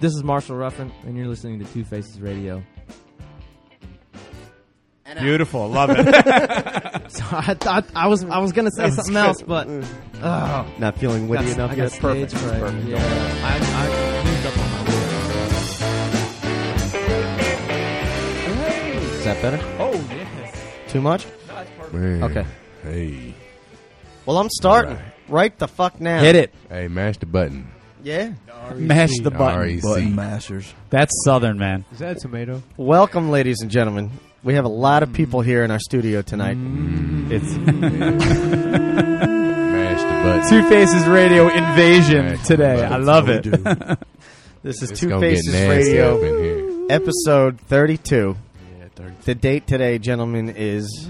This is Marshall Ruffin, and you're listening to Two Faces Radio. Beautiful. Love it. So I thought I was I was gonna say something else, but oh, Not feeling witty enough I got yet. stage Perfect. It's fright. perfect. Yeah, I, I moved up on my words. Is that better? oh, yes. Too much? Man. Okay. Hey. Well, I'm starting right. the fuck now. Hit it. Hey, mash the button. E Yeah. Mash the button. E REC. mashers. That's Southern, man. Is that a tomato? Welcome, ladies and gentlemen. We have a lot of people here in our studio tonight. It's Mash the button. Two Faces Radio invasion Mash the today. button. I love it. This is It's Two gonna get Faces nasty Radio, up in here. episode 32. Yeah, 30. The date today, gentlemen, is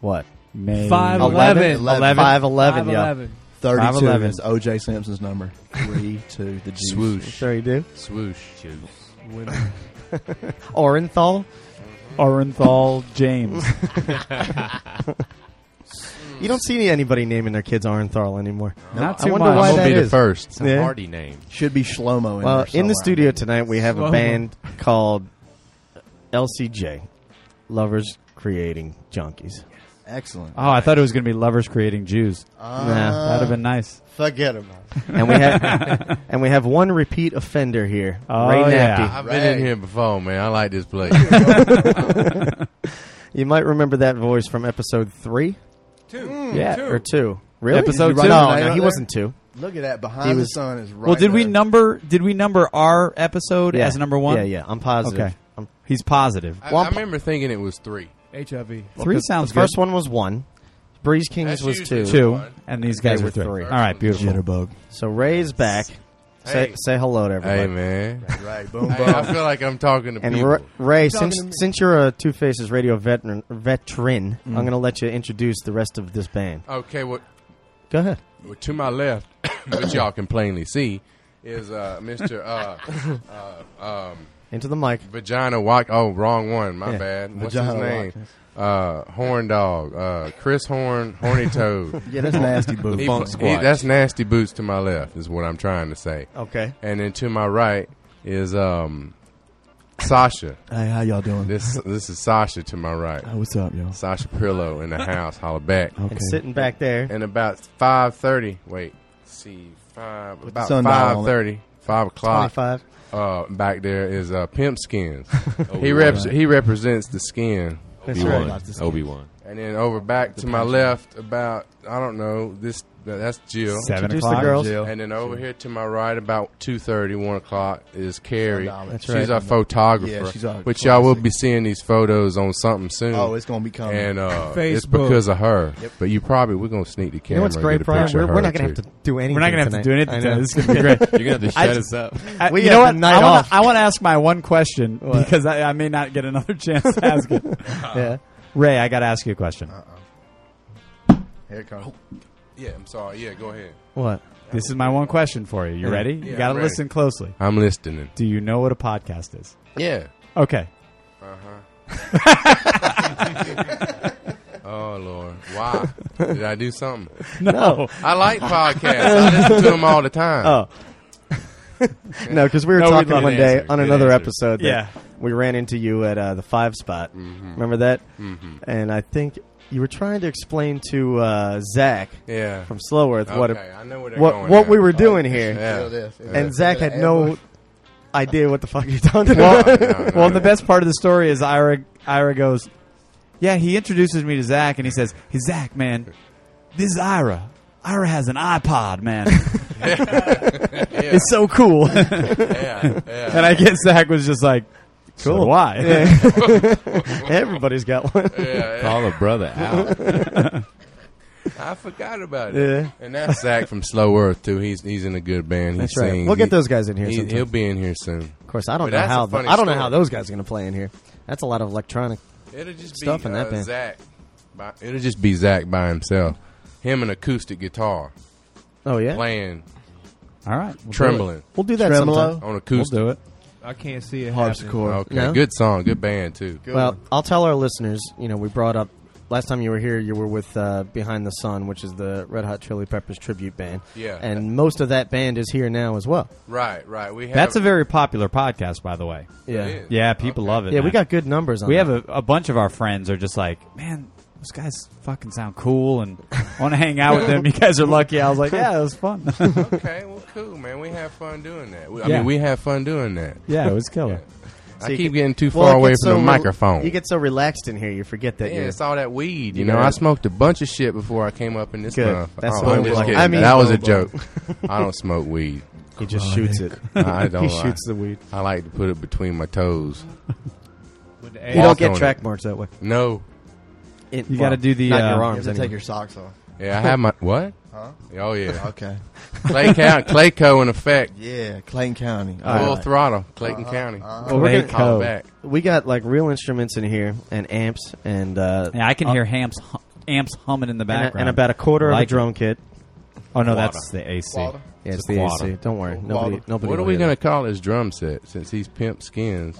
what? May- Five Eleven. eleven. Eleven. Five eleven, yeah. 32 5'11. is OJ Simpson's number. 3 2 the juice. Swoosh. 32. Swoosh. Orenthal. Orenthal James. You don't see anybody naming their kids Orenthal anymore. Not I too wonder much. why I'm that going to be is. the first. It's a Yeah. party name. Should be Shlomo in Well, there in the somewhere. studio tonight, we have a Slow. band called LCJ, Lovers Creating Junkies. Excellent. Uh, Oh, I thought it was going to be lovers creating Jews. Uh, Nah. That'd have been nice. Forget about it. and we have and we have one repeat offender here, Oh, Ray Nappi. yeah. I've Right. been in here before, man. I like this place. You might remember that voice from episode three, yeah. or two. Really? Episode no, two? No, Right he there? wasn't two. Look at that. Behind He the was- sun is right well, did we there. number? Did we number our episode as number one? Yeah, yeah. I'm positive. Okay. I'm, He's positive. I, Well, I remember thinking it was three. HIV. Three the, sounds The first one was one. Breeze Kings That's was two. usually good. Two, and these guys They were were three. three. All right, beautiful. Jitterbug. So Ray's back. Say, Hey. say hello to Hey, everybody. man. Right. Boom, Hey, I feel like I'm talking to and people. Ra- Ray, Talking since to me. since you're a Two Faces radio veteran, veteran, I'm going to let you introduce the rest of this band. okay, what? Go ahead. Well, to my left, which y'all can plainly see, is uh, Mr. Uh, Into the mic. Vagina Walk. Oh, wrong one. My Yeah. bad. What's Vagina his name? Uh, Horn Dog. Uh, Chris Horn. Horny Toad. Yeah, that's nasty boo. He- he- that's nasty boots to my left is what I'm trying to say. Okay. And then to my right is um, Sasha. hey, how y'all doing? This this is Sasha to my right. Hey, what's up, y'all? Sasha Prillo in the house. Holla back. Okay. And sitting back there. and about five thirty. Wait, see five about sundial five on thirty, five o'clock. 25. Uh, back there is uh, Pimp Skins. Oh, he reps he represents the skin. That's Obi-Wan. right. Obi-Wan. And then over back to my left, about I don't know this. That's Jill. Seven Introduce the o'clock. girls. Jill. And then over here to my right, about 2.30, 1 o'clock, is Carrie. Sundial. That's she's right. our photographer, Yeah, she's our which y'all will classic. be seeing these photos on something soon. Oh, it's going to be coming. and uh, Facebook. it's because of her. But you probably we're gonna sneak the You camera. know what's and great, get a Brian? picture We're, of we're her, not going to too. have to do anything. We're not going to have to do tonight. anything. I Today. know. This is going to be great. You're gonna have to shut us up. I, We you have know the what? night I want off. to I wanna ask my one question because I, I may not get another chance to ask it. Uh-uh. Yeah. Ray, I got to ask you a question. Here it comes. Yeah, I'm sorry. Yeah, go ahead. What? This is my one question for you. You ready? Yeah, you got to I'm ready. listen closely. I'm listening. Do you know what a podcast is? Yeah. Okay. Oh Lord, why did I do something? No. I like podcasts. I listen to them all the time. Oh. no, because we were No, we talking love one the day answer. on Good another answer. episode. That Yeah. We ran into you at uh, the five spot. Remember that? Mm-hmm. And I think you were trying to explain to uh, Zach Yeah. from Slow Earth what okay, I know where they're what going what now. we were doing here, Yeah. and Zach had no idea what the fuck you're talking Well, about. Oh, no, no, Well, and the no. best part of the story is Ira. Ira goes, "Yeah." He introduces me to Zach, and he says, "Hey, Zach, man, this is Ira. Ira has an iPod, man. It's so cool." and Yeah, yeah. I guess Zach was just like, "Cool, Cool. why?" Everybody's got one. Call a brother out. I forgot about it. yeah. And that's Zach from Slow Earth too. He's he's in a good band. He That's sings. right. We'll He- get those guys in here. He, sometime. he'll be in here soon. Of course, I don't But know that's how a the, funny I don't know story. how those guys are going to play in here. That's a lot of electronic. It'll just Stuff be in that uh, band. Zach. By, it'll just be Zach by himself. Him and acoustic guitar Oh yeah, playing, All right, we'll do trembling we'll do that Tremolo? Oh, sometime. it. on We'll acoustic. do it. I can't see it. happening. Oh, Harpsichord. Okay, No? good song, good band too. Well, I'll tell our listeners. You know, we brought up last time you were here, you were with uh, Behind the Sun, which is the Red Hot Chili Peppers tribute band. Yeah. and most of that band is here now as well. Right, right. We have That's a very popular podcast, by the way. Yeah, It is. Yeah, people love it. yeah, we man. got good numbers on. we that. have a, a bunch of our friends are just like, man, those guys fucking sound cool and want to hang out with them. You guys are lucky. I was like, yeah, it was fun. okay, well, cool, man. We have fun doing that. We, I Yeah. mean, we have fun doing that. yeah, it was killer. I you keep get- getting too Well, far it away gets from so the rel- microphone. You get so relaxed in here, you forget that yeah, you're. it's all that weed. You Yeah. know, I smoked a bunch of shit before I came up in this Good. motherfucker. That's Oh, what I'm we just like. kidding. I mean- that was a joke. I don't smoke weed. He just shoots it. I don't. he lie. shoots the weed. I like to put it between my toes. With the You A- Walk don't get on track it. marks that way. No. It- You gotta do the, not in uh, your You have arms. to anyway. take your socks off. Yeah, I have my what? Huh? Oh yeah, Okay. Clay County, Clayco in effect, Yeah, Clayton County. full All right. throttle, Clayton County. Uh-huh. Well, we're gonna- Call back. we got like real instruments in here and amps and uh, Yeah, I can hear hams, hum, amps humming in the and, background. a- and about a quarter of a Like drum kit. oh no, Quada. that's the AC. Quada. Yeah, it's a the quad. AC. Don't worry, Quad. nobody. nobody What are will we hear gonna that. call his drum set since he's pimp skins?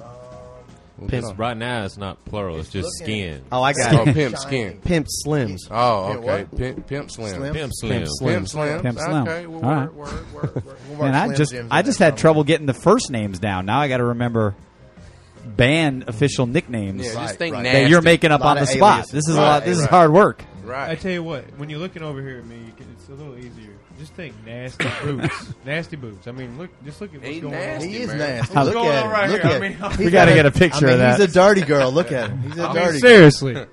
We'll Pimp- call- Right now, it's not plural. It's just skin. Oh, I Oh, got it. pimp skin. Pimp Slims. Oh, okay. Pimp what? Pimp, pimp slim. Slim? Pimp slim. Pimp slim. Pimp slim. Okay. Well, All word, right. word, word, word. Man, I just I just had trouble getting the first names down. Now I got to remember band official nicknames Yeah, Right, just think right. nasty. that you're making up Lot on the of spot. aliases. This is a Right, lot. This is right. hard work. I Right. tell you what, when you're looking over here at me, you can, it's a little easier. Just think nasty boobs, nasty boobs. I mean, look, just look at what's He going nasty. He is man. nasty. What's Look going at on him. right Look here? I at mean, him. We got to get a picture I mean, of that. He's a dirty girl. Look at him. He's a on. I mean, dirty girl. seriously,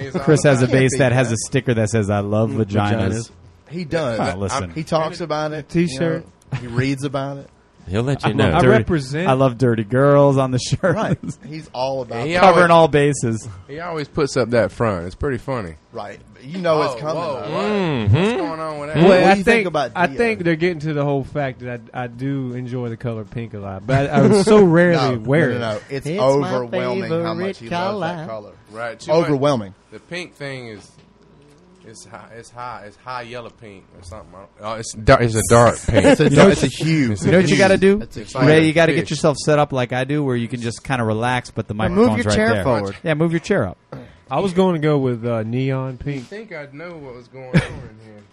He's all Chris has a about- bass be that has a that. sticker that says "I love vaginas." Vaginas. He does. Come on, listen. He talks about it. T-shirt. you know, he reads about it. He'll let you I love know. I dirty- represent- I love dirty girls on the shirt. Right. He's all about He it. Covering always- all bases. He always puts up that front. It's pretty funny. Mm-hmm. Right. You know Oh, it's coming. whoa, though. what? What's going on with that? Well, do I you think, think about I Dio? think they're getting to the uh, whole fact that I, I do enjoy the color pink a lot, but I, I so rarely No, wear no, no, it. no. It's, It's my overwhelming how much he favorite loves that color. color. Right. too much- Overwhelming. The pink thing is, it's high, it's high, it's high yellow pink or something. I don't- Oh, it's dark, it's a dark pink. It's a, it's a hue. You know what you got to do, That's a Ray? huge You got to get fish. yourself set up like I do, where you can just kind of relax, but the move microphone's your right chair there. forward. Yeah, move your chair up. I was going to go with uh, neon I pink. think I know what was going on in here.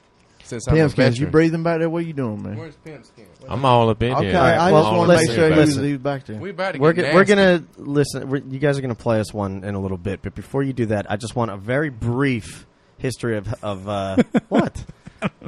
Since I'm a Pimp veteran. skins, you breathing back there? What you doing, man? Where's Pimp Skin? I'm all up in Okay, here. I I'm just all want up to make in here, sure baby. you listen. leave back there. We about to get We're, g- nasty. we're gonna listen. We're, you guys are gonna play us one in a little bit, but before you do that, I just want a very brief history of of uh, what.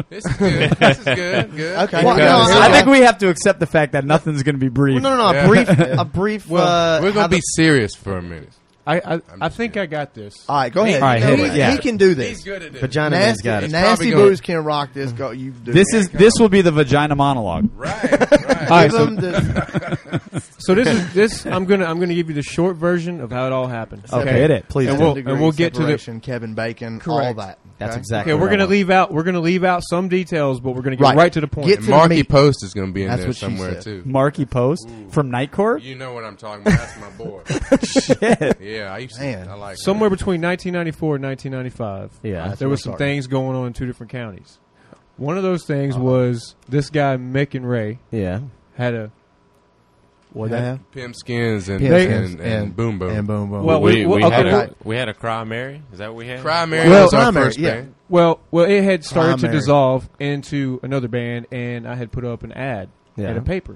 This is good. this is good. Good. Okay. Well, no, Okay. I I think we have to accept the fact that nothing's going to be brief. Well, no, no, no. Yeah. A brief. A brief. uh, We're how gonna the- be serious for a minute. I I, I think I got this. All right, go ahead. All right, You know hit he, it, yeah. he can do He's this. good at this. Vagina man's Nasty, got it. nasty Probably gonna- booze can rock this. Go, you do This it. is this will be the vagina monologue. Right. Right. All right, Give him so, the- so this is this. I'm gonna I'm gonna give you the short version of how it all happened. Okay, hit it, please. and do. we'll, and we'll get to the- Kevin Bacon, all Correct. that. That's okay? exactly. Okay, what we're I gonna want. leave out we're gonna leave out some details, but we're gonna get Right. right, to the point. Get And to the Marky meat. Post is gonna be in That's there what she somewhere said. too. Marky Post from Night Court. You know what I'm talking about. That's my boy. Yeah, I used to. Man. I like him. Somewhere between 1994 and 1995, Yeah, that's there where was I some started. things going on in two different counties. One of those things Uh-huh. was this guy Mick and Ray Yeah. had a What that- that? Pimp Skins and, Pimp and, Skins and, Boom Boom. And boom boom. Well, We, Well, we, okay. had Okay. a, we had a cry Mary. Is that what we had? Cry Mary Well, was our Cry Mary, first yeah. band. well well it had Ah, started to Primary. dissolve into another band, and I had put up an ad Yeah. at a paper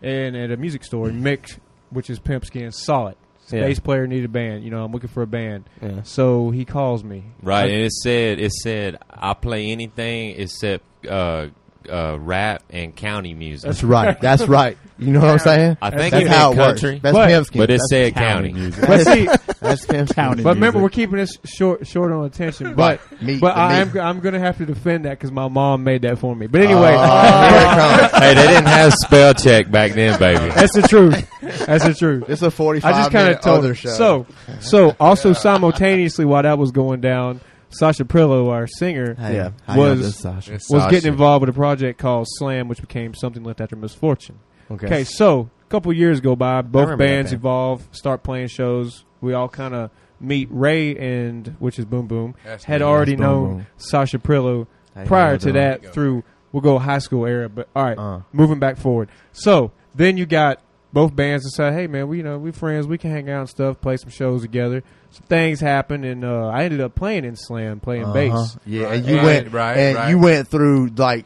and at a music store. and Mick, which is Pimp Skin, saw it. His Yeah. Bass player need a band. You know, I'm looking for a band. Yeah. So he calls me. Right, I- and it said it said I play anything except uh, uh, rap and county music. that's right. That's right. You know what I'm saying? I think that's it how meant it works. country, That's But- Pimp Skins. but it That's- said county. But see, That's Pimp Skins. County but remember, we're keeping this short short on attention. But Meat, but the I am meat. I'm gonna have to defend that because my mom made that for me. Oh. But anyway, hey, they didn't have spell check back then, baby. that's the truth. That's the truth. It's a 45 I just kind minute of told other her. show. So so also simultaneously while that was going down, Sasha Prillo, our singer, Hey, Yeah. how y'all Was- doing, Sasha? It's was Sasha. getting involved with a project called Slam, which became something left after Misfortune. Okay. Okay, so a couple years go by, both remember that bands band. evolve, start playing shows. We all kind of meet Ray and which is Boom Boom That's had me. already That's Boom known Boom. Sasha Prillo How prior y'all to doing? that There you go. through we'll go high school era. But all right, Uh. moving back forward. So then you got both bands decided, hey man, we you know we friends, we can hang out and stuff, play some shows together. Some things happened, and uh, I ended up playing in Slam, playing Uh-huh. bass. Yeah, Right, and you right, went right, and right. you went through like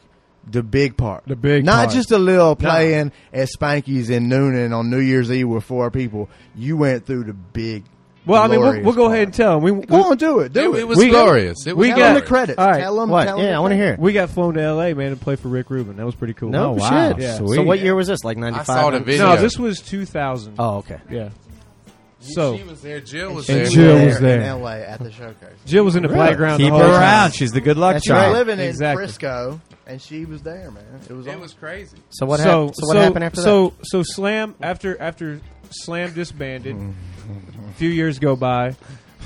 the big part, The big not part. just a little playing at Spanky's in Noonan on New Year's Eve with four people. You went through the big. Well, I mean, we'll, glorious we'll go part. ahead and tell them. We, we, Go on, do it, do It, it. it was We- glorious. It was we tell got- them the credits. All right. Tell them. What? Yeah, I want to hear. it. we got flown to L.A. man and played for Rick Rubin. That was pretty cool. No Oh, wow. shit. Yeah. So Sweet. what year was this? Like ninety I five. saw the video. No, this was 2000. Oh, okay. Yeah. So she was there. Jill was And there. Jill was in there. L.A. at the showcase. Jill was in the playground. Keep the whole her time. around. She's the good luck That's They were right. child. living in Exactly. Frisco, and she was there, man. It was. It awesome. was crazy. So what happened? So what happened after so, So Slam after after Slam disbanded, a few years go by.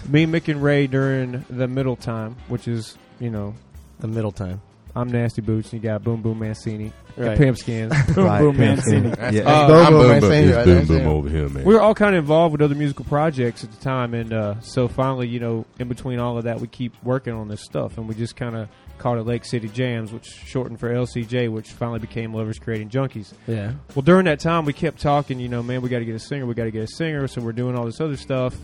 Me, Mick, and Ray during the middle time, which is you know that? The middle time. I'm Nasty Boots and you got Boom Boom Mancini, and Right. Pimp Skins. Boom, boom, Mancini. That's Yeah. Uh, me. Boom I'm Boom Boom Mancini right Boom there. Boom over here, man. we were all kind of involved with other musical projects at the time, and uh, so finally, you know, in between all of that, we keep working on this stuff, and we just kind of called it Lake City Jams, which shortened for LCJ, which finally became Lovers Creating Junkies. Yeah. Well, during that time, we kept talking. You know, man, we got to get a singer. We got to get a singer. So we're doing all this other stuff.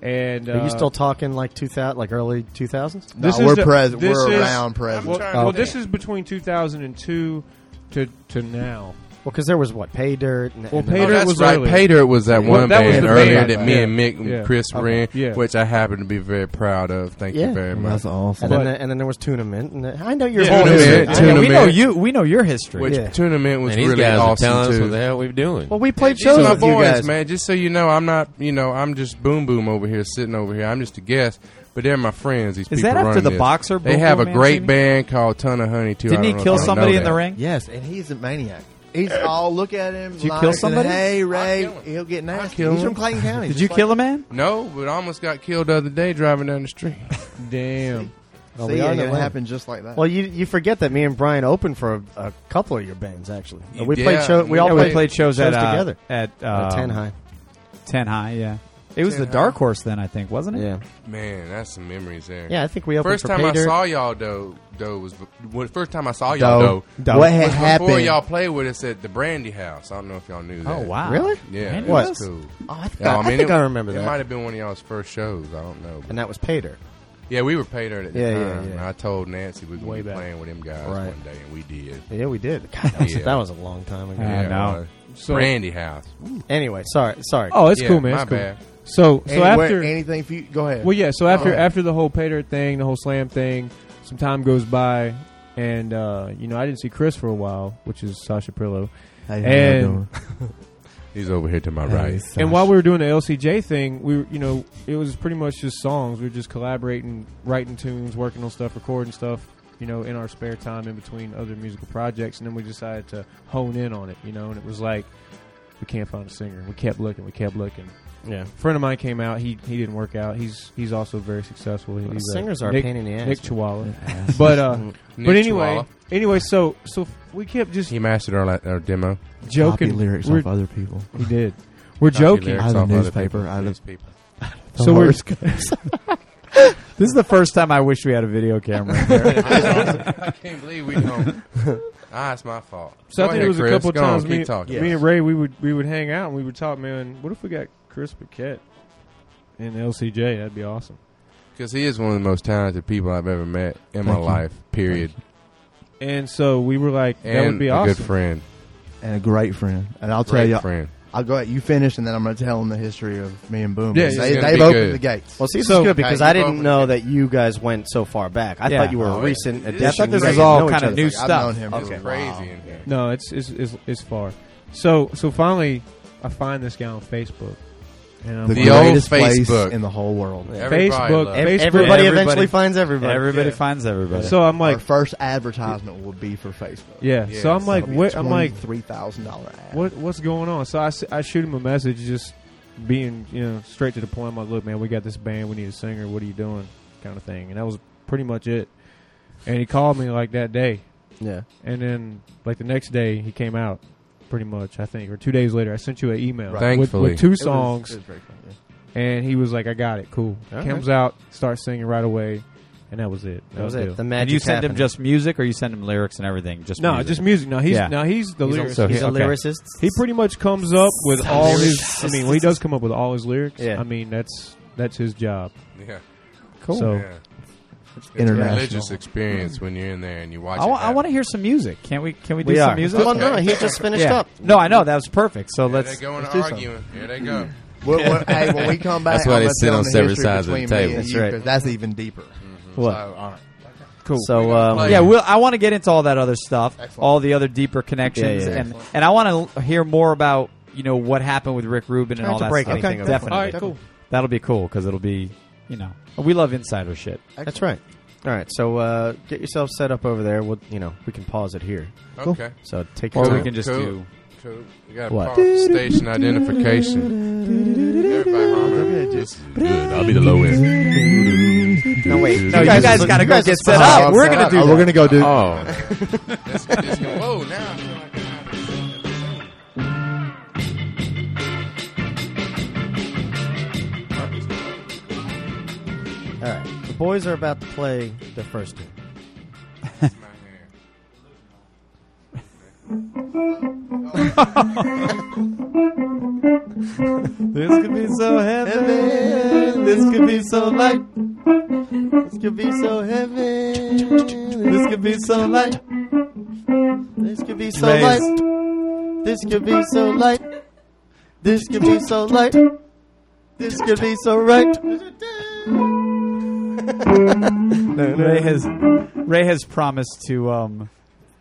And uh, Are you still talking like two thousand, like early two thousands? No, this is we're the- pres- this We're is- around present. Well, trying well, to- this is between 2002 to to now. Well, because there was what pay dirt. And, Well, and- Pay Oh, Dirt that's was right. earlier. Pay Dirt was that Yeah. one That was band the earlier band. that me Yeah. and Mick and Yeah. Chris ran, Yeah. which I happen to be very proud of. Thank Yeah. you very much. That's awesome. and then, but- the- and then there was tournament. And the- I know your Yeah, whole Tuna history. Man, I know- Tuna we Man. Oh, know you. We know your history. Which Yeah. tournament was and these really guys awesome are telling us too. what the hell we're doing. Well, we played These are shows my with you boys, guys. man. Just so you know, I'm not. You know, I'm just boom boom over here, sitting over here. I'm just a guest, but they're my friends. These Is people that after running the this. boxer They Boom have Boom a great Mancini? band called Ton of Honey too. I Didn't don't he know if kill y'all know somebody in that. the ring? Yes, and he's a maniac. He's all look at him. Did you kill somebody? Hey, Ray, kill him. he'll get nasty. kill he's him. from Clayton County. Did you kill a man? No, but I almost got killed the other day driving down the street. Damn. Oh, See, we are and in it Atlanta. happened just like that. Well, you you forget that me and Brian opened for a, a couple of your bands actually. Uh, You we did. played show. We all Yeah, We played, played shows at uh, together. at Uh, um, Ten high. Ten high. Yeah, it was Ten the dark horse then. I think wasn't it? Yeah. Man, that's some memories there. Yeah. I think we opened First for time pay I dirt. saw y'all though, though was when, first time I saw y'all though. Dope. What had was Before happened? y'all played with us at the Brandy House. I don't know if y'all knew that. Oh wow. Really? Yeah, Man, it What? was cool. Oh, I, think Yeah, I, I mean, think it- I remember It might that. have been one of y'all's first shows. I don't know. but- And that was pay dirt. yeah, we were paid her at the Yeah, yeah, time. yeah. And I told Nancy we Way were back. playing with them guys Right. one day, and we did. Yeah, we did. God, that, was, Yeah. that was a long time ago. Yeah. I know. it was. So- Brandy uh, House. Anyway, sorry, sorry. Oh, it's Yeah, cool, man. my It's cool. bad. So so Anywhere- after anything, for you, go ahead. Well, yeah. So after Oh. Uh-huh. after the whole pay dirt thing, the whole slam thing, some time goes by, and uh, you know I didn't see Chris for a while, which is Sasha Prillo. Hey, and- He's over here to my right. And while we were doing the LCJ thing, we were, you know it was pretty much just songs. We were just collaborating, writing tunes, working on stuff, recording stuff. You know, in our spare time in between other musical projects, and then we decided to hone in on it. You know, and it was like we can't find a singer. We kept looking. We kept looking. yeah, A friend of mine came out. He he didn't work out. He's he's also very successful. He's a singers are a Nick- pain in the ass. Nick Chihuahua. But uh, Nick but anyway, Chihuahua. anyway, so so we kept just he mastered our, la- our demo. joking. lyrics We're- off other people. he did. We're joking. Out of the Off other newspaper, people. out of- people. So we're This is the first time I wish we had a video camera. in here. I can't believe we don't. Ah, it's my fault. so I Go think ahead, it was a Chris. couple Go on, times. keep Me, talking. me and Ray, we would we would hang out and we would talk. Man, what if we got Chris Paquette and LCJ? That'd be awesome. Because he is one of the most talented people I've ever met in my Thank you. life, period. And so we were like, that and would be a awesome. good friend. and a great friend. And I'll tell Great you, friend. I'll go. Ahead, you finish, and then I'm going to tell them the history of me and Boom. they, Yeah, it's they've gonna be opened good. the gates. Well, see, this So- is good because Okay, I you didn't both- know that you guys went so far back. I Yeah. thought you were Oh, a yeah. recent Yeah, I addition. thought this You was guys all know each kinda other. new Like, stuff. I've known him. It's for a crazy while. in here. No, it's it's, it's it's far. So so finally, I find this guy on Facebook, and I'm The, The like, old greatest place Facebook. in the whole world. Everybody Facebook, loves- Ev- Facebook. Everybody, Everybody- eventually finds everybody. Everybody Yeah. finds everybody. So I'm like, Our first advertisement will be for Facebook. yeah. Yeah, So I'm so like, what? I'm like, three thousand dollar ad. what what's going on? So I, s- I shoot him a message, just being you know straight to the point. I'm like, look, man, we got this band, we need a singer. What are you doing? Kind of thing. And that was pretty much it. And he called me like that day, Yeah. and then like the next day he came out, pretty much I think, or two days later. I sent you an email Right. with, Thankfully. with two It was- songs, it was very funny, yeah. and he was like, I got it, cool. Comes out, starts singing right away. and that was it. That was the it. deal. The magic And you send him happened. just music, or you send him lyrics and everything? Just no, music? just music. No, he's Yeah. no, he's the He's lyricist. a, he's a Okay. lyricist. He pretty much comes up with all his. lyricist. I mean, well, he does come up with all his lyrics. Yeah. I mean, that's that's his job. Yeah. Cool. So, Oh, yeah. It's a International. religious experience when you're in there and you watch. I, it wa- I happen. want to hear some music. Can't we? Can we do we some are. music? Come on, no, he just finished Yeah. up. No, I know that was perfect. So Here let's. they go and let's do something. arguing. Here they go. When, when, hey, when we come back, That's why I'm they gonna sit tell on the separate history sides of the between table. me and That's you, right. 'cause that's even deeper. So, What? all right. cool. So um, play. Yeah, we'll, I want to get into all that other stuff, Excellent. all the other deeper connections, Yeah, yeah, yeah. and and I want to hear more about you know what happened with Rick Rubin and Not all to that break stuff. anything Okay. of it. Definitely, all right, cool. that'll be cool because it'll be you know we love insider shit. that's right. All right, so uh, get yourself set up over there. We'll, you know, we can pause it here. Okay. So take your Or Cool. we time. can just Cool. do. Cool. You got What? what? station identification. Everybody holler. Good. I'll be the low end. No, wait. No, you guys, listen- gotta you go guys get listen- set Oh, up. We're gonna do. Oh, we're that. gonna go do. Oh, Let's get this going. Whoa, now. I feel like I'm out of sync. All right, the boys are about to play their first game. My hair. This could be so heaven. This could be so light. This could be so heavy. This could be so light. This could be so Raise. light. This could be so light. This could be so light. This could be so right. Ray has Ray has promised to um,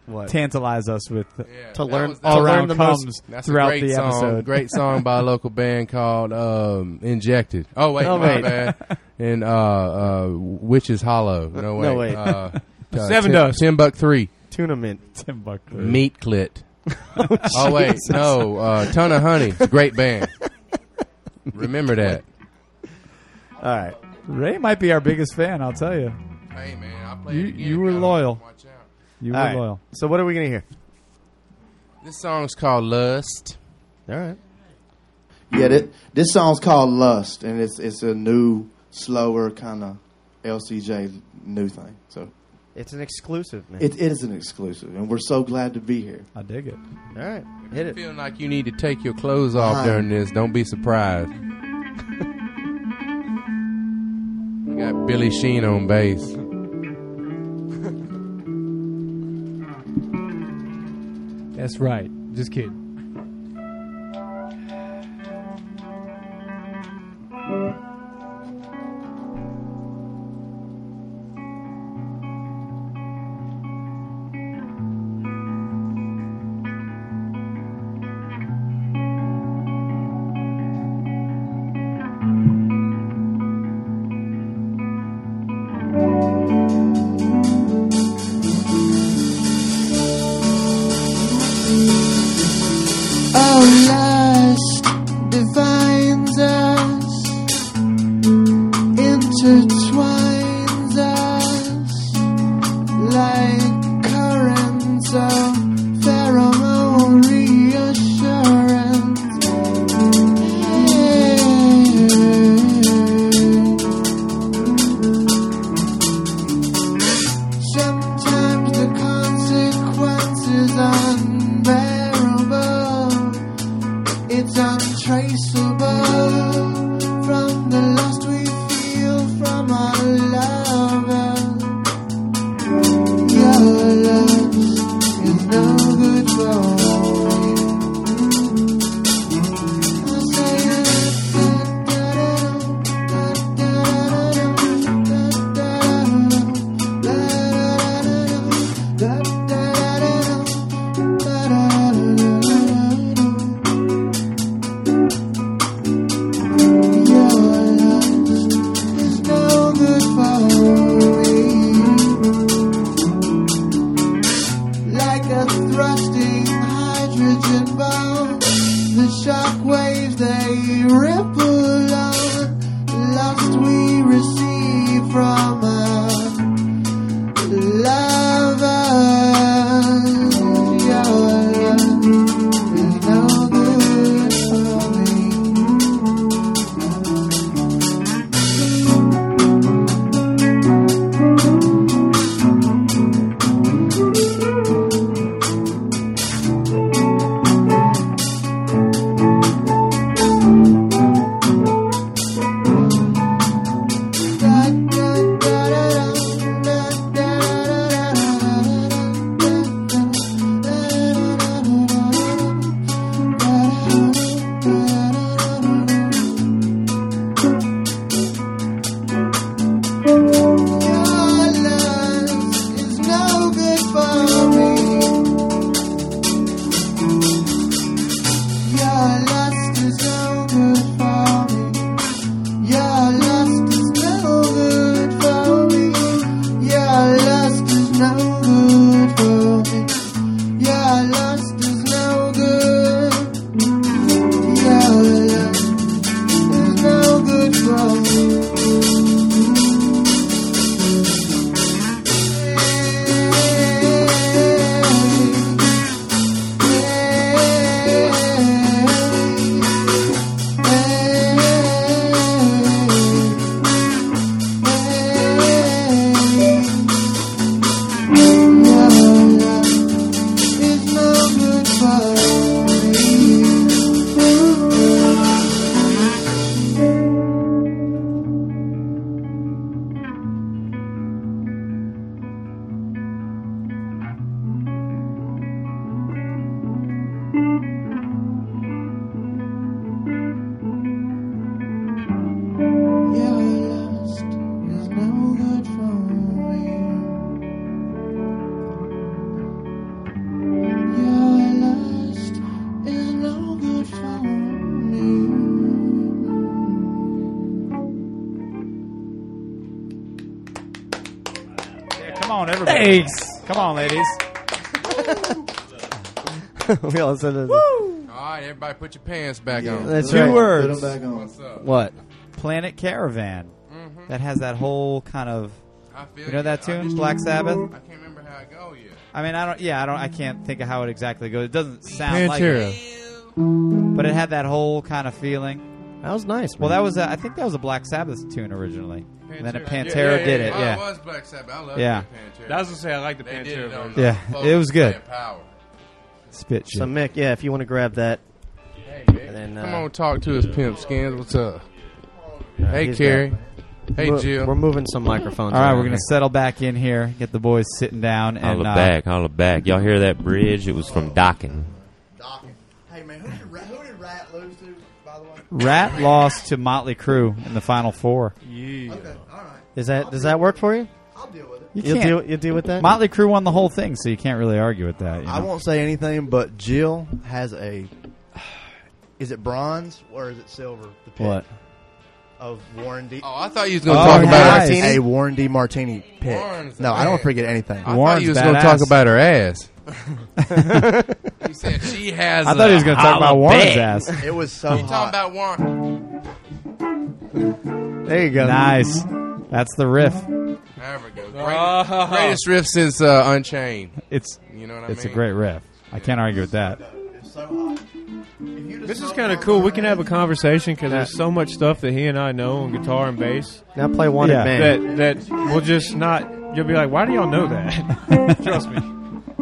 What? tantalize us with Yeah, To that learn was- all all learn round the most- comes That's a throughout great the song. episode. Great song by a local band called um, Injected. Oh wait, Oh, my wait. bad. And uh, uh, Witch's Hollow. No wait. no, wait. Uh, uh, Tim- Seven Dust. Timbuk3. Tuna mint. Tim Buckley. Meat Clit. oh, wait, no. Uh, Ton of Honey. It's a great band. Remember that. All right. Ray might be our biggest fan. I'll tell you. Hey man, I played You- you were loyal. Watch out. You were All right. loyal. So what are we gonna hear? This song's called Lust. All right. Yeah, this, this song's called Lust, and it's it's a new, slower kind of LCJ new thing. So It's an exclusive, man. it, it is an exclusive, and we're so glad to be here. I dig it. All right. Hit it. Feeling like you need to take your clothes off during this. Don't be surprised. You got Billy Sheen on bass. That's right. Just kidding. Our lust divines us, intertwines us like currents of pheromone reassurance. Sometimes the consequences unbearable. It's untraceable from the lust we feel from our lover. Your Thanks. Come on, ladies. we all said it. All right, everybody, put your pants back on. That's Put 'em- right. Put 'em words. back on. What's up? What? Planet Caravan. That has that whole kind of. I feel You know that I tune, just- Black Sabbath. I can't remember how I go yet. I mean, I don't. Yeah, I don't. I can't think of how it exactly goes. It doesn't sound like it, but it had that whole kind of feeling. That was nice. Well, man. that was. A, I think that was a Black Sabbath tune originally, and then a Yeah, Pantera yeah, yeah, did it. mine Yeah, was Black Sabbath. I love Yeah. Pantera. I was gonna say I like the they did it on Pantera. the Yeah, Folk it was good. Playing Power. spit shit. so Mick. Yeah, if you want to grab that, and then uh, Come on, talk to us, pimp skins. What's up? uh, Hey, he's Carrie. Hey, got- Jill. We're, we're moving some microphones. All right, around we're gonna here. settle back in here, get the boys sitting down, and Holla uh, back, holla back. Y'all hear that bridge? It was from Docking. Hey man, who did, Rat, who did Rat lose to? By the way. Rat lost to Motley Crue in the final four. Okay. All right. Is that does that work for you? I'll deal with it. You You can't. deal you deal with that. Motley Crue won the whole thing, so you can't really argue with that. you I know? won't say anything, but Jill has a. Is it bronze or is it silver? The pick What? of Warren D. Oh, I thought you was gonna Oh, talk about nice. her. A Warren D. Martini pick. Warren's no, I don't bad. forget anything. I thought Warren's you was gonna badass. talk about her ass. he said she has. I thought he was going going to talk about holla Warren's back. ass. It was so to talk hot. about Warren. There you go. Nice. That's the riff. There we go. Oh. Greatest, greatest riff since uh, Unchained. It's You know what I mean? it's a great riff. I can't argue with that. This is kind of cool. We can have a conversation because there's so much stuff that he and I know on guitar and bass Now play one Yeah. in band. that that will just not. You'll be like, why do y'all know that? Trust me.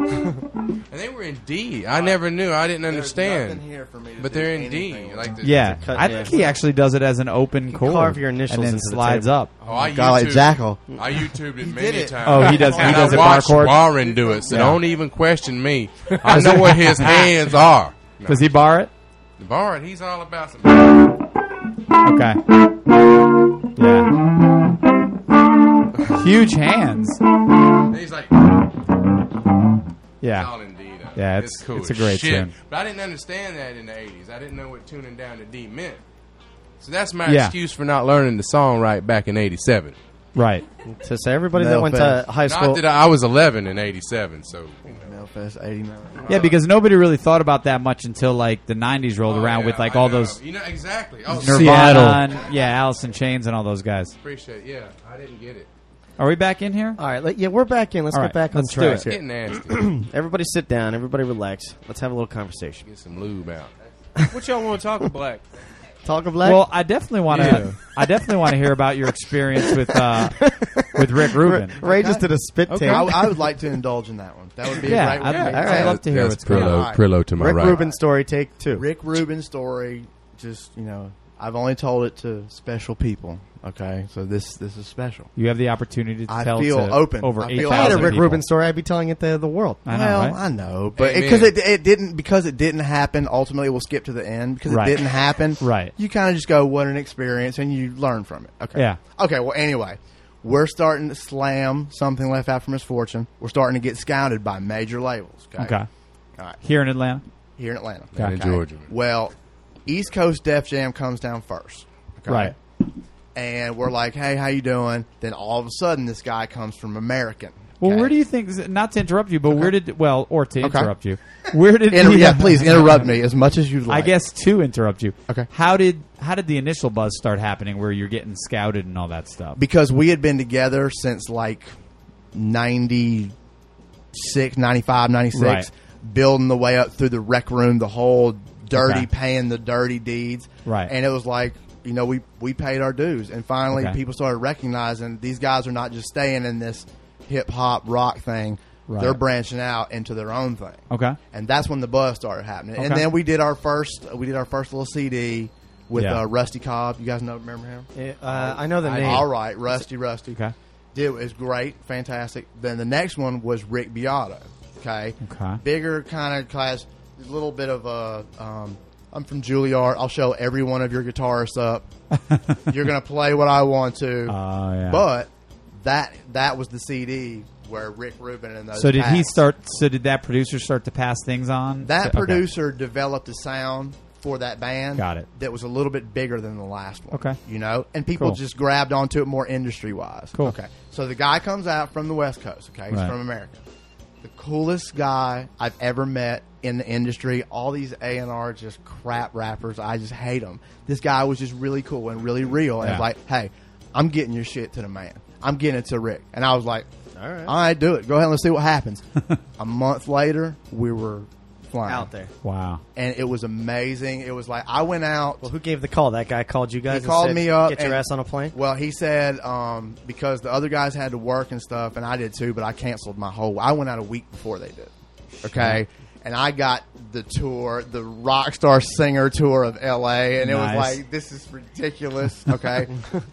And they were in D. I never knew. I didn't understand. here for me to But do they're in anything D. with. Like the, Yeah, cut, I yeah. think he actually does it as an open chord. carve your initials and then into the slides table. up. oh, I God, like YouTubed- Jackal. I YouTubed it many did it. times. Oh, he does. He and does I it bar watched chord. Warren do it, so Yeah. don't even question me. I know what his hands are. No. Does he bar it? Warren, he's all about some. Okay. Yeah. Huge hands. He's like, it's Yeah. all in D. Though. Yeah, it's- cool. it's a as great shit. tune. But I didn't understand that in the '80s. I didn't know what tuning down to D meant. So that's my Yeah. excuse for not learning the song right back in '87. Right. To say everybody that No went offense. to high Not school. that I, I was 11 in '87, so Melfest 89. Yeah, because nobody really thought about that much until like the '90s rolled Oh, around yeah, with like I all know. those You know exactly. Oh, Nirvana, Seattle. and- yeah, Alice in Chains, and all those guys. appreciate. Yeah, I didn't get it. Are we back in here? All right, let- yeah, we're back in. Let's All get right, back on let's do track here. it. Get nasty. Everybody sit down. Everybody relax. Let's have a little conversation. get some lube out. What y'all want to talk about? Black? Talk of Well, I definitely want to. I definitely want to hear about your experience with uh, with Rick Rubin. Ray just did a spit I, take. I would like to indulge in that one. That would be Yeah, a great one. I'd- I'd love to hear That's what's going Prillo- on. Prillo to my Rick right. Rubin story take two. Rick Rubin's story, just you know, I've only told it to special people. Okay, so this this is special. You have the opportunity to I tell feel to open. over I eight feel if I had a thousand open. Rick Rubin story, I'd be telling it to the world. I know, well, right? I know, but Amen. because it, it, didn't because it didn't happen. Ultimately, we'll skip to the end because Right. it didn't happen. Right. You kind of just go, "What an experience," and you learn from it. Okay. Yeah. Okay. Well, anyway, we're starting to slam something left out from misfortune. We're starting to get scouted by major labels. Okay. Okay. All right. Here in Atlanta. Here in Atlanta. And in Georgia. Well, East Coast Def Jam comes down first. Okay? Right. And we're like, "Hey, how you doing?" Then all of a sudden, this guy comes from American. Well, okay? where do you think? Not to interrupt you, but where did? Well, or to interrupt you, where did? Inter- yeah, please interrupt me as much as you like. I guess to interrupt you. Okay. How did how did the initial buzz start happening where you're getting scouted and all that stuff? because we had been together since like 96 95 96 Right. building the way up through the rec room the whole dirty Okay. paying the dirty deeds Right. and it was like you know we we paid our dues and finally Okay. people started recognizing these guys are not just staying in this hip hop rock thing Right. they're branching out into their own thing Okay. and that's when the buzz started happening and Okay. then we did our first we did our first little cd with Yeah. uh, Rusty Cobb, you guys know remember him? Yeah, uh, I know the name. All right, Rusty, Rusty. Okay. Did was great, fantastic. Then the next one was Rick Beato. Okay. Okay. Bigger kind of class, a little bit of a. Um, I'm from Juilliard. I'll show every one of your guitarists up. You're gonna play what I want to. Oh, yeah. But that that was the CD where Rick Rubin and those. So did he packs- start? So did that producer start to pass things on? Um, That So- okay. producer developed a sound for that band. Got it. That was a little bit bigger than the last one. Okay. You know, and people Cool. just grabbed onto it more industry wise. Cool. Okay. So the guy comes out from the West Coast. Okay. He's Right. from America. The coolest guy I've ever met in the industry. All these A and R just crap rappers. I just hate them. This guy was just really cool and really real, and Yeah. was like, "Hey, I'm getting your shit to the man. I'm getting it to Rick." And I was like, "All right. all right, do it. Go ahead and let's see what happens." a month later, we were flying out there. Wow. and it was amazing. It was like I went out. Well, who gave the call? That guy called you guys. and called said, me up Get your and- ass on a plane. Well, he said um, because the other guys had to work and stuff, and I did too. But I canceled my whole. I went out a week before they did. Okay, Mm-hmm. and I got the tour, the Rockstar Singer tour of L.A., and it was Nice. like this is ridiculous. Okay,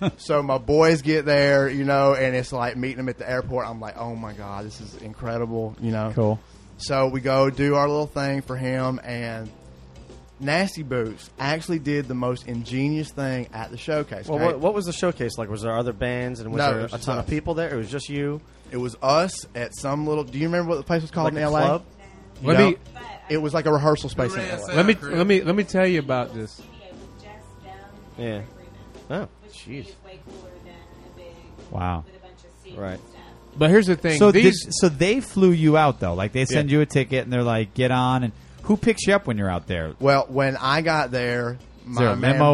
so my boys get there, you know, and it's like meeting them at the airport. I'm like, oh my god, this is incredible, you know. Cool. So we go do our little thing for him, and Nasty Boots actually did the most ingenious thing at the showcase. Well, okay? what, what was the showcase like? Was there other bands and was No, it there was a just ton of us. people there? It was just you, It was us at some little. Do you remember what the place was like called in a LA? club. You Let don't? me- It was like a rehearsal space in LA. Let me let me let me tell you about this. Yeah. Oh, Jeez. jeez. Wow. Right. But here's the thing. So These did, so they flew you out though. Like they send you a ticket and they're like, get on. And who picks you up when you're out there? Well, when I got there, my there a man memo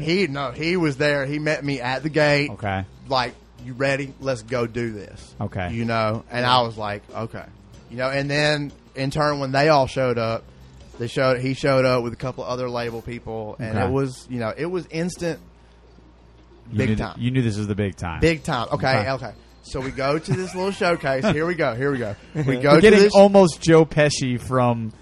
waiting? He no, he was there. He met me at the gate. Okay. like you ready? Let's go do this. Okay. you know. And I was like, okay, you know. And then in turn, when they all showed up, they showed he showed up with a couple other label people, and Okay. it was you know it was instant, You big knew, time. You knew this was the big time. big time. Okay, Okay. okay. So we go to this little showcase. Here we go. Here we go. We go We're to getting this. almost Joe Pesci from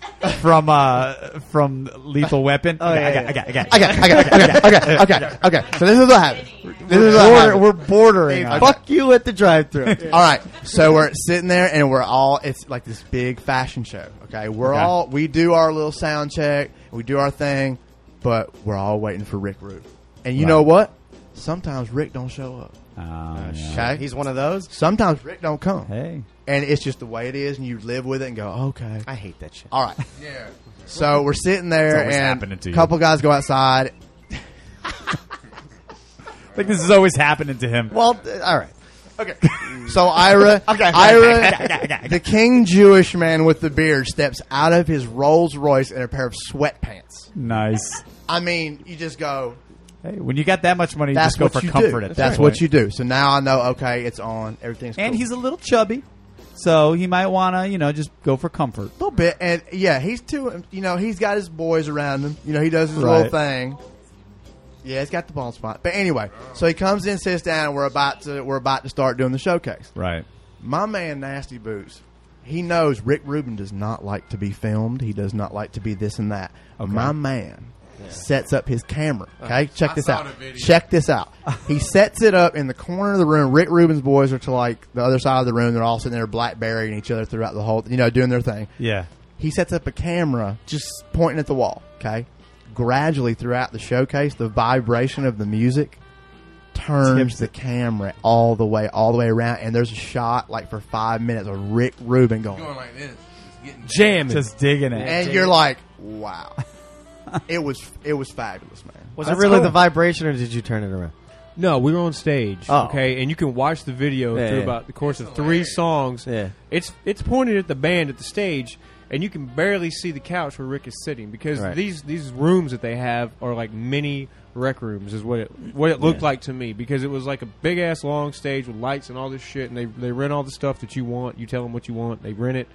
from uh from Lethal Weapon. oh, yeah, I got, I got, I got, I got, I got, okay, okay, okay, okay. So this is what happened. This is what Border, happened. we're bordering. on- fuck you at the drive-through. all right so we're sitting there and we're all it's like this big fashion show okay we're Okay. all we do our little sound check we do our thing but we're all waiting for rick rude and you know what sometimes rick don't show up Oh, yeah. okay He's one of those. sometimes rick don't come Hey, and it's just the way it is and you live with it and go okay I hate that shit. all right Yeah. so we're sitting there always and happening to a you. couple guys go outside like this is always happening to him. Well, th- all right. okay uh, so ira ira the king jewish man with the beard steps out of his rolls royce in a pair of sweatpants Nice. I mean, you just go. Hey, when you got that much money, you That's just go what for you comfort. do. At that That's point. what you do. So now I know. Okay, it's on. Everything's And cool. he's a little chubby, so he might want to, you know, just go for comfort. a little bit, and yeah, he's too. You know, he's got his boys around him. You know, he does his Right. little thing. Yeah, it's got the bald spot. But anyway, so he comes in, sits down, and we're about to we're about to start doing the showcase. Right. My man, Nasty Boots, he knows Rick Rubin does not like to be filmed. He does not like to be this and that. My man sets up his camera. Okay, check Uh, I this saw out. the video. Check this out. he sets it up in the corner of the room. Rick Rubin's boys are to like the other side of the room. They're all sitting there blackberrying each other throughout the whole, you know, doing their thing. Yeah. He sets up a camera just pointing at the wall. Okay, gradually throughout the showcase, the vibration of the music turns the camera all the way, all the way around, and there's a shot like for five minutes of Rick Rubin going, Going like this. Just getting jamming. Just digging it. and you're like, wow, it was it was fabulous, man. Was That's it really cool. the vibration, or did you turn it around? No, we were on stage. Oh. Okay, and you can watch the video Yeah, through yeah. about the course of three songs. Yeah. It's it's pointed at the band at the stage and you can barely see the couch where Rick is sitting because Right. these these rooms that they have are like mini rec rooms is what it what it looked like to me because it was like a big ass long stage with lights and all this shit and they they rent all the stuff that you want, you tell them what you want, they rent it.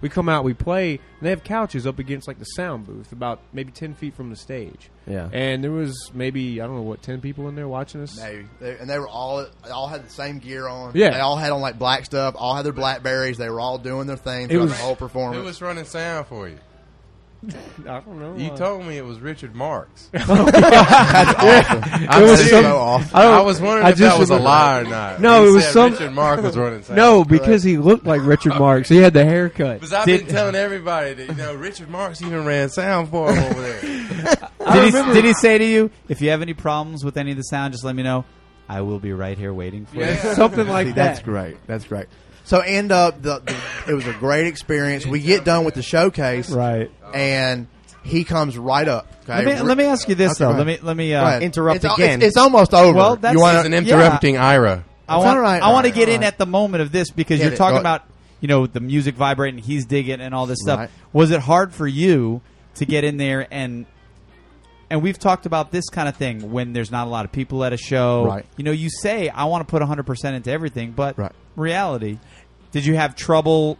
We come out, we play, and they have couches up against like the sound booth about maybe 10 feet from the stage. Yeah. And there was maybe, I don't know, what, 10 people in there watching us? Maybe. They, and they were all they all had the same gear on. Yeah. they all had on like black stuff. All had their blackberries. They were all doing their thing throughout was- the whole Who performance. was running sound for you? I don't know. You uh, told me it was Richard Marks. Oh, I was so so- awful. I, I don't- was wondering I if just that was a remember- lie or not. No, You it was said some- Richard Mark was running sound. No, because he looked like Richard Marks. He had the haircut. Because I've been telling everybody that you know Richard Marks even ran sound for him over there. Did he, did he say to you, if you have any problems with any of the sound, just let me know. I will be right here waiting for you. Yeah. Something like That's that. great. That's great. So end up the, the it was a great experience. We get done with the showcase, Right. And He comes right up. Okay? Let me, let me uh, ask you this though. Okay, go Let me ahead. let me Go uh, ahead. interrupt It's al- again. It's, it's almost over. Well, that's You yeah. want an interrupting Ira? I want, all right, I want to all get right, in all at the moment of this because Hit you're it, talking go. about you know the music vibrating, he's digging, and all this stuff. Right. Was it hard for you to get in there and and we've talked about this kind of thing when there's not a lot of people at a show. Right. You know, you say I want to put 100 percent into everything, but Right. reality, did you have trouble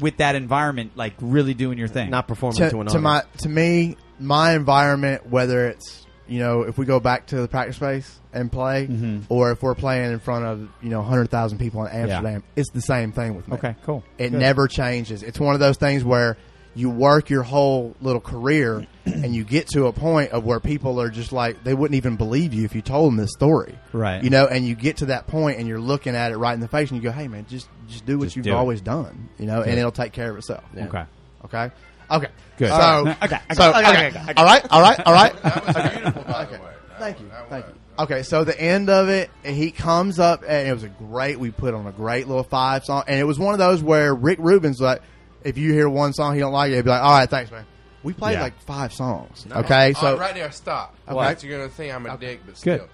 with that environment, like really doing your thing? not performing to, to, an to audience. my to me my environment whether it's you know if we go back to the practice space and play Mm-hmm. or if we're playing in front of you know 100,000 people in Amsterdam it's the same thing with me okay, cool. it never changes it's one of those things where you work your whole little career and you get to a point of where people are just like they wouldn't even believe you if you told them this story Right. you know and you get to that point and you're looking at it right in the face and you go hey man just just do what Just you've do it. always done you know and it'll take care of itself Okay. Okay. Okay. Good. So, All right. Okay, okay, So, okay, okay. okay, okay. All right. All right. All right. the way. Thank you. Thank you. Okay. So the end of it, he comes up, and it was a great. We put on a great little five song, and it was one of those where Rick Rubin's like, if you hear one song he don't like, it, he'd be like, all right, thanks, man. We played Yeah. like five songs. Okay. Uh, So right there, stop. I What? thought you were gonna think I'm a dick, but still.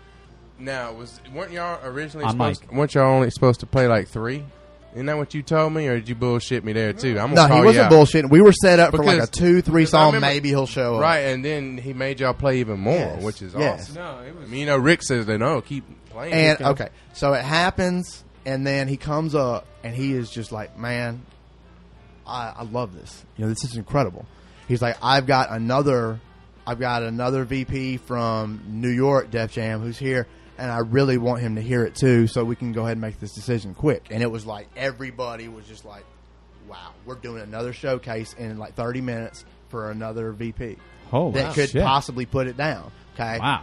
Now, was weren't y'all originally I'm supposed? weren't y'all only supposed to play like three? Isn't that what you told me, or did you bullshit me there too? I'm gonna call no, he Oh, you wasn't out. bullshitting. We were set up for like Because- a two, three because I song. remember- maybe he'll show up. Right, and then he made y'all play even more, Yes. which is Yes. awesome. No, it was. I mean, you know, Rick says they no, keep playing. And okay, so it happens, and then he comes up, and he is just like, "Man, I, I love this. You know, this is incredible." He's like, "I've got another, I've got another VP from New York, Def Jam, who's here, and I really want him to hear it too, so we can go ahead and make this decision quick." And it was like everybody was just like, "Wow, we're doing another showcase in like 30 minutes for another VP Oh, that wow. could Shit. possibly put it down." Okay, Wow.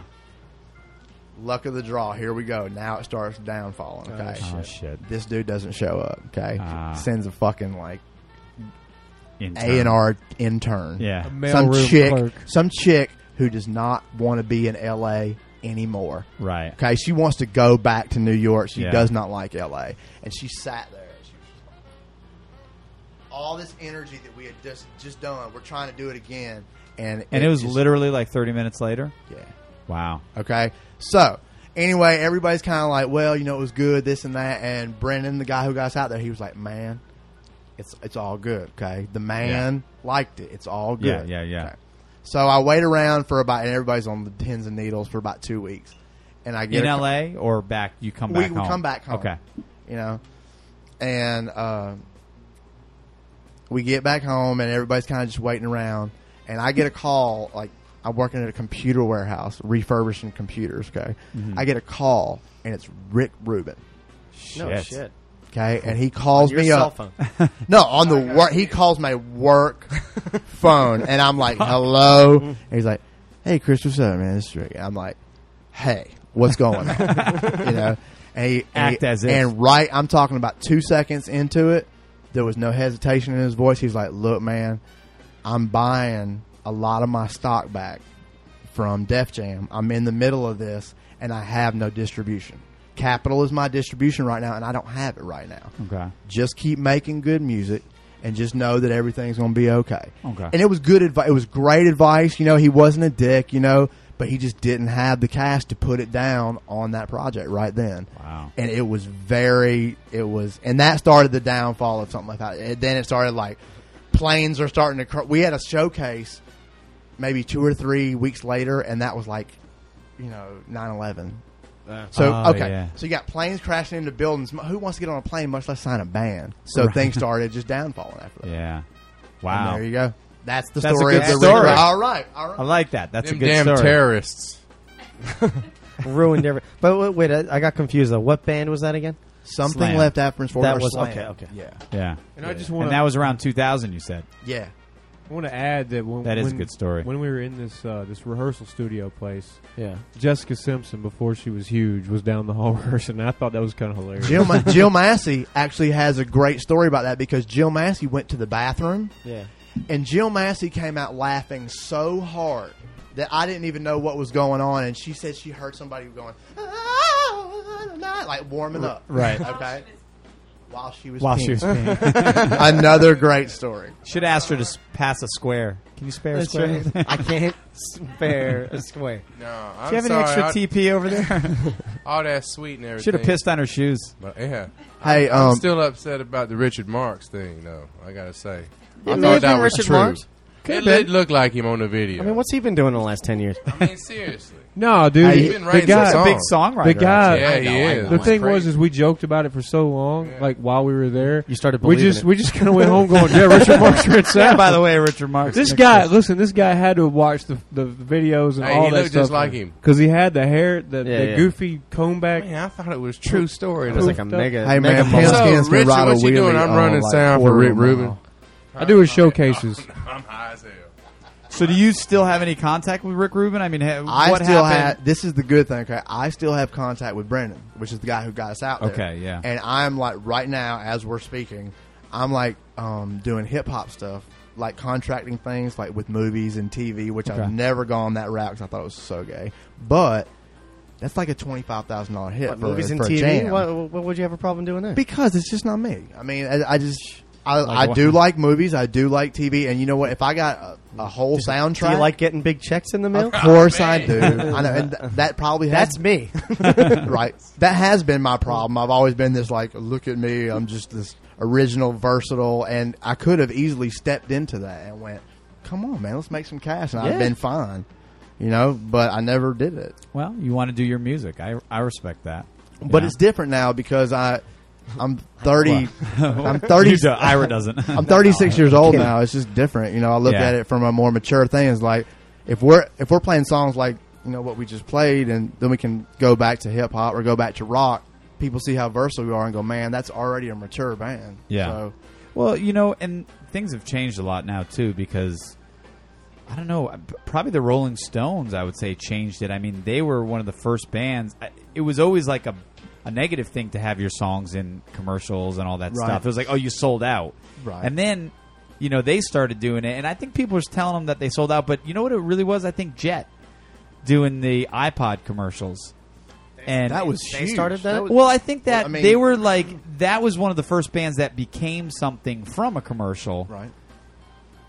luck of the draw. Here we go. Now it starts downfalling. Okay, Oh shit. this dude doesn't show up. Okay, Ah. sends a fucking like A Intern. and R intern. Yeah. some Mailroom chick, clerk. some chick who does not want to be in L.A. anymore. Right. Okay, she wants to go back to New York. She Yeah. does not like L.A. And she sat there. and she was just like- All this energy that we had just just done, we're trying to do it again, and And it was just- literally like 30 minutes later. Yeah. Wow. Okay. So anyway, everybody's kind of like, well, you know, it was good, this and that. And Brendan, the guy who got us out there, he was like, man, it's it's all good. Okay. The man liked it. It's all Yeah, good. yeah, yeah. Okay. So I wait around for about, and everybody's on the pins and needles for about two weeks. And I get in a- LA or back? You come we, back we home. come back home. Okay. You know, and uh, we get back home, and everybody's kind of just waiting around. And I get a call. Like I'm working at a computer warehouse, refurbishing computers. Okay, Mm-hmm. I get a call, and it's Rick Rubin. no Shit. shit. Okay, and he calls Your me cell up. phone. No, on the work. He calls my work phone, and I'm like, "Hello." And he's like, "Hey, Chris, what's up, man? This is Rick." And I'm like, "Hey, what's going on?" you know, and he, and Act he- as if. And right, I'm talking about two seconds into it, there was no hesitation in his voice. He's like, "Look, man, I'm buying a lot of my stock back from Def Jam. I'm in the middle of this, and I have no distribution. Capital is my distribution right now, and I don't have it right now." Okay. just keep making good music and just know that everything's going to be okay. Okay. And it was good advice. It was great advice. You know, he wasn't a dick, you know, but he just didn't have the cash to put it down on that project right then. Wow. And it was very, it was, and that started the downfall of something like that. And then it started like planes are starting to, cr- we had a showcase maybe two or three weeks later, and that was like, you know, 9 11. So Oh, okay, yeah. so you got planes crashing into buildings. M- Who wants to get on a plane, much less sign a ban? So things started just downfalling after that. Yeah. And Wow. there you go. That's the That's a story good of the story. All right, all I right. like that. That's Them a good damn story. terrorists. Ruined every. But wait, wait, I I got confused though. What band was that again? Something Slam. left after for That or was- slam. okay, okay. Yeah, Yeah. And I just And want that to was around 2000. You said. yeah. want to add that when That is a when- good story. When we were in this uh, this rehearsal studio place, Yeah. Jessica Simpson before she was huge was down the hall rehearsing. and I thought that was kind of hilarious. Jill Ma- Jill Massey actually has a great story about that because Jill Massey went to the bathroom Yeah. and Jill Massey came out laughing so hard that I didn't even know what was going on, and she said she heard somebody going. "Ah," Like warming up, Right. Okay, while she was While peeing. she was peeing. Another great story. Should ask her to s- pass a square. Can you spare a square? I can't spare a square. No, I'm Do you have sorry. any extra I- TP over there? All that sweet and everything. Should have pissed on her shoes. But yeah, Hey, I'm um, still upset about the Richard Marks thing, though. I gotta say, I It may thought have that been was Richard true. Marks. It did look like him on the video. I mean, what's he been doing in the last ten years? I mean, seriously. No, dude. Hey, the- he's been the writing guy, some A big Song. songwriter. the guy. Yeah, he is. The thing was, Crazy. is we joked about it for so long, like while we were there. You started We believing just it. we just kind of went home going, yeah, Richard Marks rips Yeah, out. by the way, Richard Marks. this guy, listen, this guy had to watch the the videos and Hey, all he that looked stuff just like him. because he had the hair, the, Yeah, the yeah. goofy comb back. Man, I thought it was true story. It was though. like a mega. Hey, mega moment. man, Pam's So, hands can Richard, ride a what you doing? wheellie I'm on, running like, sound for quarter Rick mile. Rubin. I do his showcases. I'm high as hell. So, do you still have any contact with Rick Rubin? I mean, ha- I what still happened? have. This is the good thing. Okay, I still have contact with Brendan, which is the guy who got us out. there. Okay, yeah. And I'm like right now, as we're speaking, I'm like um, doing hip hop stuff, like contracting things, like with movies and TV, which Okay. I've never gone that route because I thought it was so gay. But that's like a twenty five thousand dollar hit What, for, movies and for a TV. jam. What, what would you have a problem doing there? Because it's just not me. I mean, I, I just. I, Like I what? do like movies. I do like TV, and you know what? If I got a, a whole Do soundtrack, you like getting big checks in the mail? of course I do. I know, and th- that probably has That's me. right. That has been my problem. I've always been this like, look at me, I'm just this original, versatile, and I could have easily stepped into that and went, come on, man, let's make some cash, and I've Yeah. been fine, you know. But I never did it. Well, you want to do your music. I I respect that. But it's different now because I, I'm thirty, I'm You thirty. do- Ira doesn't. I'm 36 years old now. It's just different, you know. I looked Yeah. at it from a more mature thing. It's like if we're if we're playing songs like you know what we just played, and then we can go back to hip hop or go back to rock. People see how versatile we are and go, man, that's already a mature band. Yeah. So, Well, you know, and things have changed a lot now too because I don't know, probably the Rolling Stones I would say changed it. I mean, they were one of the first bands. I- It was always like a a negative thing to have your songs in commercials and all that Right. stuff. It was like, "Oh, you sold out." Right. And then you know, they started doing it and I think people were telling them that they sold out, but you know what it really was? I think Jet doing the iPod commercials. And that was They huge. started that? was- well, I think that I mean- they were like that was one of the first bands that became something from a commercial, right.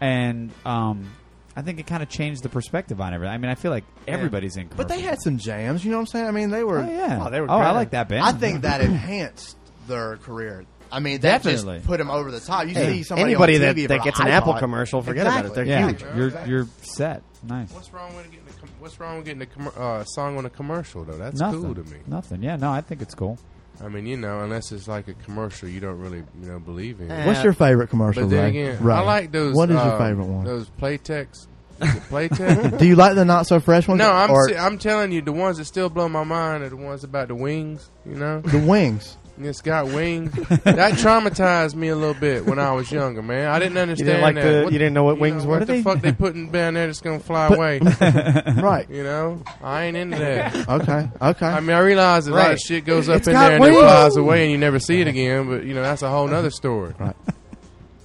and um, I think it kind of changed the perspective on everything. I mean, I feel like everybody's in, But commercials. they had some jams. You know what I'm saying? I mean, they were. oh yeah, Oh, they were I great. like that band. I think that enhanced their career. I mean, that Definitely. just put them over the top. You see somebody Anybody on that, TV that for gets an iPod. Apple commercial, forget about it. Exactly. They're yeah, huge. you're you're set. Nice. What's wrong with getting a, com- what's wrong with getting a com- uh, song on a commercial though? That's Nothing. cool to me. Nothing. Yeah, no, I think it's cool. I mean, you know, unless it's like a commercial, you don't really you know believe in. Eh. What's your favorite commercial? But then Ray? again, Ray. I like those. What is your uh, favorite one? Those Playtex. Is it Playtex. Do you like the not so fresh ones? no, I'm or se- I'm telling you, the ones that still blow my mind are the ones about the wings. You know, the wings. And it's got wings. that traumatized me a little bit when I was younger, man. I didn't You understand didn't like that. the. What You didn't know what wings know, were. What the fuck they putting down there that's gonna fly away? right. You know, I ain't into that. Okay. Okay. I mean, I realize a lot Right. of shit goes up It's in got there and it wings. flies away, and you never see it again. But you know, that's a whole nother story.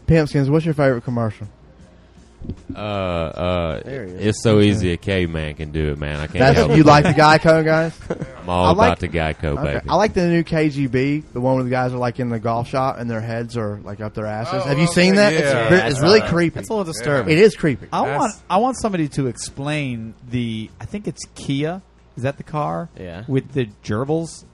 Pimpskins, what's your favorite commercial? Uh, uh, There he is. it's so easy a caveman can do it, man. I can't That's help you it. like the Geico guys. I'm all I like- about the Geico, Okay. baby. I like the new KGB, the one where the guys are like in the golf shop and their heads are like up their asses. Oh, Have you okay, seen that? yeah. It's, Yeah, ve- I it's saw really that. creepy. That's a little disturbing. It is creepy. I That's- want I want somebody to explain the. I think it's Kia. Is that the car? Yeah. With the gerbils.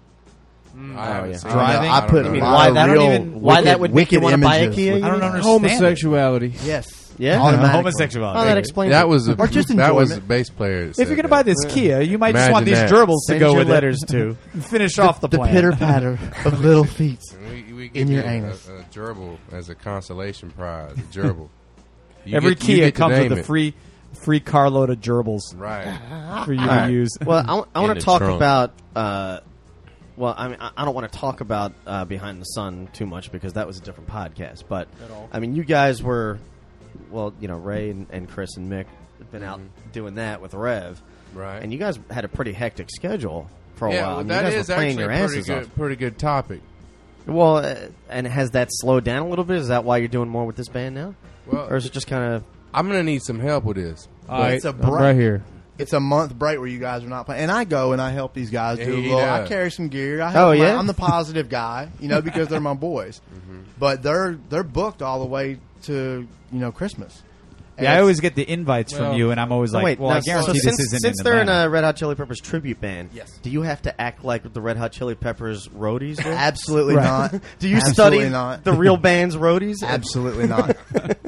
Mm, I haven't yeah. seen Driving? it. I, don't put know. a mean, lot why of that don't real even- why wicked- that would make you wicked wanna buy a images Kia, with- you I don't understand. Homosexuality. Yes. Yeah. Automatically. Homosexuality. Oh, that explains. That it. was a, Or just that was a enjoyment. bass player. that If you're said gonna buy that. this Kia, you might just Imagine want these that. gerbils to Send go your with letters too. it. Finish off the, The plan. pitter patter of little feet. We, we In give your you a, anus. a gerbil as a consolation prize. A gerbil. You Every get- you Kia get to comes name with a it. free free carload of gerbils Right. for you All right. to use. Well, I, want In to the talk trunk. about. Uh, well, I mean, I I don't want to talk about uh, Behind the Sun too much because that was a different podcast. But I mean, you guys were, well, you know, Ray and, and Chris and Mick have been out doing that with Rev, Right. And you guys had a pretty hectic schedule for a Yeah, while. well, I mean, that you guys is were playing actually your a pretty asses good, off. pretty good topic. Well, uh, and has that slowed down a little bit? Is that why you're doing more with this band now, Well- or is it just kind of? I'm gonna need some help with this. All right, It's a I'm bright- right here. It's a month break where you guys are not playing, and I go and I help these guys do Yeah, a he little. I does. carry some gear. I Oh, help my- yeah? I'm the positive guy, you know, because Mm-hmm. they're my boys. But they're they're booked all the way to you know Christmas, Yeah, I always get the invites from Well- you, and I'm always No, like, oh, wait, well, no, I guarantee so this since, isn't since in they're in Atlanta. a Red Hot Chili Peppers tribute band, Yes. do you have to act like the Red Hot Chili Peppers roadies? do? Absolutely Right. not. do you Absolutely study not. the real band's roadies? Absolutely not.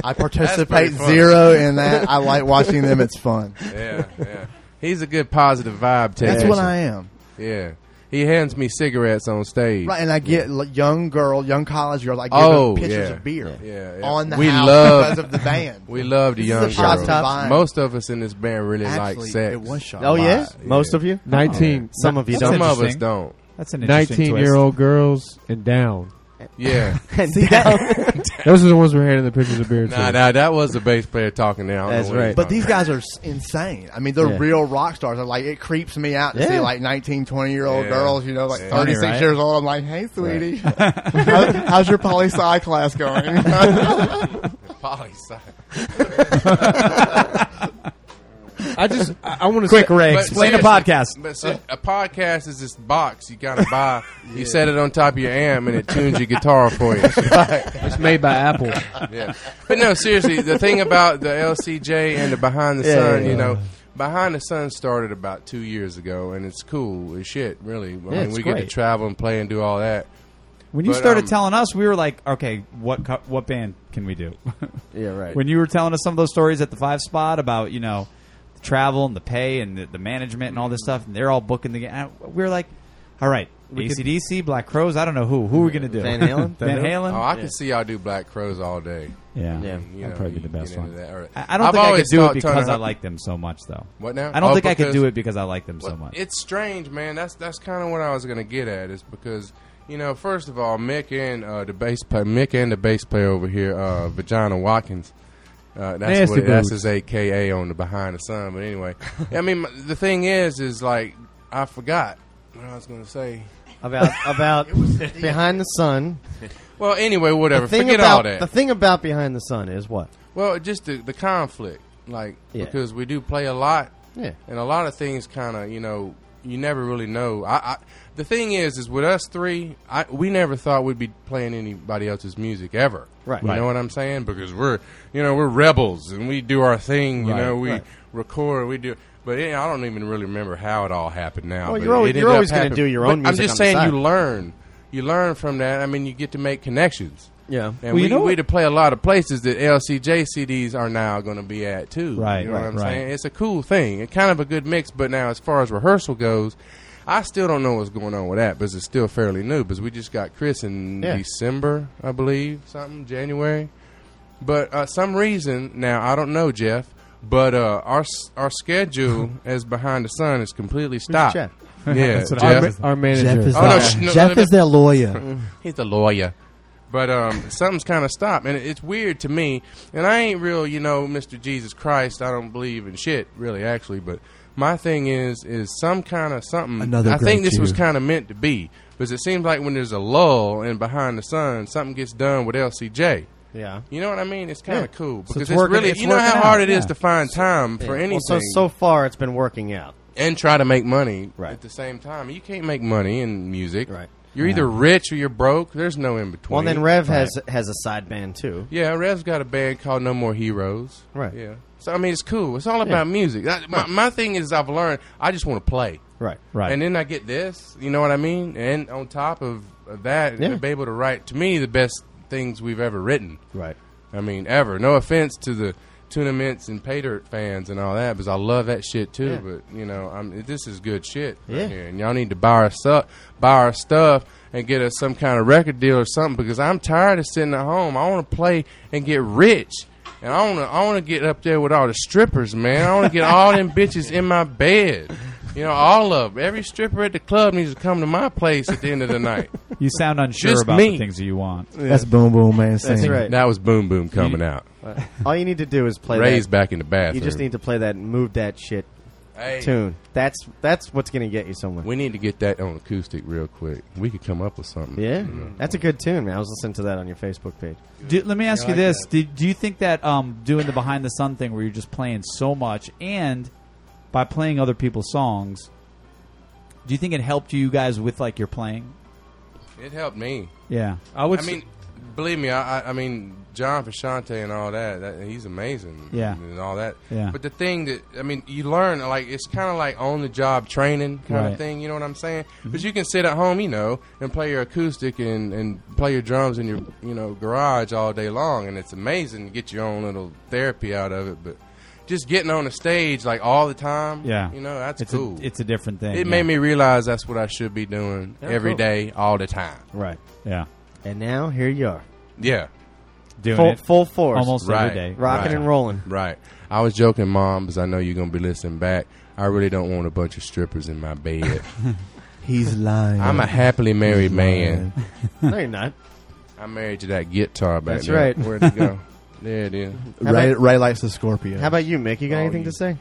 I pretty participate fun. zero in that. I like watching them. It's fun. Yeah, yeah. He's a good positive vibe taker. That's what I am. Yeah. He hands me cigarettes on stage. Right, and I get like, young girl, young college girls. I give Oh, them pictures yeah. of beer Yeah, yeah. on the We house love- because of the band. We love the This is young a shot girls. top. Most of us in this band really Actually, like sex. it was shot. Oh yeah, Yeah. most of you. 19, Some of you That's Some don't. of us interesting. don't. That's an interesting 19 year old girls and down. Yeah. Those are the ones we're handing the pictures of beer to. nah, nah, that was the bass player talking there. I don't That's know what he right. was But these talking guys are s- insane. I mean, they're Yeah. real rock stars. I'm like, it creeps me out to see Yeah. like 19, 20 year old Yeah. girls, you know, like Yeah. 36 Funny, right? years old. I'm like, hey, sweetie, how- how's your poli sci class going? about. Poly sci. I just, I, I want to Quick, Ray, But explain a seriously- podcast. But ser- a podcast is this box you gotta buy. You set it on top of your amp and it tunes your guitar for you. It's made by Apple. yeah. But no, seriously, the thing about the LCJ and the Behind the Sun, you know, Behind the Sun started about two years ago, and it's cool as shit, really. I mean, it's we get to great. travel and play and do all that. When you But, started um, telling us, we were like, okay, what co- what band can we do? Yeah, right. when you were telling us some of those stories at the five spot about you know the travel and the pay and the, the management and all this stuff, and they're all booking the game. and We were like, all right, ACDC, Black Crows, I don't know who. Who are we gonna do? Van Halen? Van Oh, Halen. I can see y'all do Black Crows all day. Yeah. Yeah. You That'd know, probably be you the best get into one. that. All right. I I don't I've think I could always do it thought Turner because I Hunt- like them so much, though. What now? I don't Oh, think I could because- do it because I like them so Well, much. It's strange, man. That's that's kind of what I was gonna get at is because you know, first of all, Mick and uh, the bass player, Mick and the bass player over here, uh, Vagina Watkins. Uh, that's Nasty what that's boots. his AKA on the Behind the Sun. But anyway, I mean, my- the thing is, is like I forgot what I was gonna say. about about behind the sun. Well, anyway, whatever. The thing Forget about all that. the thing about behind the sun is what? well, just the, the conflict, like Yeah. because we do play a lot. Yeah. and a lot of things kind of you know you never really know I, I the thing is is with us three I, we never thought we'd be playing anybody else's music ever Right. you Right. know what i'm saying because we're you know we're rebels and we do our thing you Right. know we Right. record we do but yeah, I don't even really remember how it all happened now. Well, but you're always- it ended you're up always gonna happening. do your But own I'm music just on the saying, side. you learn. You learn from that. I mean, you get to make connections. Yeah. And Well, you we, know we what- to play a lot of places that LCJ CDs are now going to be at too. Right, you know right, what I'm right. saying? It's a cool thing. It's kind of a good mix. But now, as far as rehearsal goes, I still don't know what's going on with that because it's still fairly new. Because we just got Chris in Yeah. December, I believe, something January. But uh, some reason now I don't know, Jeff. But uh, our s- our schedule as behind the sun is completely stopped. Jeff? Yeah, Our, Jeff. ma- our manager. Oh, no, sh- no, let me- their lawyer. He's a lawyer. But um, something's kind of stopped, and it- it's weird to me. And I ain't real, you know, Mister Jesus Christ. I don't believe in shit, really, actually. But my thing is, is some kind of something. Another I think great this was Jew. kind of meant to be, because it seems like when there's a lull in behind the sun, something gets done with LCJ. Yeah. You know what I mean? It's kind of cool because it's it's, working- really it's you know working how out, hard it is yeah. to find time for anything Well, so so far it's been working out. and try to make money Right. at the same time. You can't make money in music. Right. You're either rich or you're broke. There's no in between. Well, and then Rev has has a side band too. Yeah, Rev's got a band called No More Heroes. Right. Yeah. So I mean, it's cool. It's all about music. That, my, my thing is, I've learned I just want to play. Right. Right. And then I get this. You know what I mean? And on top of of that, Yeah. to be able to write to me the best things we've ever written. Right. I mean, ever. No offense to the Tuna Mints and Pay Dirt fans and all that, because I love that shit too. Yeah. But you know, I'm, this is good shit right Yeah. here, and y'all need to buy our stuff, buy our stuff, and get us some kind of record deal or something. Because I'm tired of sitting at home. I want to play and get rich. And I want to, I want to get up there with all the strippers, man. I want to get all them bitches in my bed, you know, all of 'em. Every stripper at the club needs to come to my place at the end of the night. you sound unsure Just about me. the things that you want. That's boom boom man. That's singing. right. That was boom boom coming out. All you need to do is play Ray's that. back in the bathroom. You just need to play that and move that shit Hey. tune. That's that's what's gonna get you somewhere. We need to get that on acoustic real quick. We could come up with something. yeah, that's a good tune, man. I was listening to that on your Facebook page. Do, let me ask you this: Did, Do you think that um, doing the behind the sun thing, where you're just playing so much, and by playing other people's songs, do you think it helped you guys with like your playing? It helped me. Yeah, I would I s- mean, believe me, I, I, I mean John Frusciante and all that, that. He's amazing. Yeah. and all that. Yeah. But the thing that I mean, you learn like it's kind of like on the job training kind Right. Mm-hmm. of thing. You know what I'm saying? But you can sit at home, you know, and play your acoustic and and play your drums in your you know garage all day long, and it's amazing to get your own little therapy out of it. But just getting on the stage like all the time, Yeah. you know, that's it's cool. a, it's a different thing. it yeah. made me realize that's what I should be doing every Yeah, day, cool. all the time. right. Yeah, And now here you are, Yeah. doing full, it full force, almost Right. every day. rocking and rolling. Right. I was joking, Mom, because I know you're going to be listening back. I really don't want a bunch of strippers in my bed. He's lying. I'm a happily married man. no, you're not. I'm married to that guitar back That's there. right. Where'd it go? there it is. How Ray, Ray likes the Scorpio. How about you, Mick? You got Oh, anything you- to say?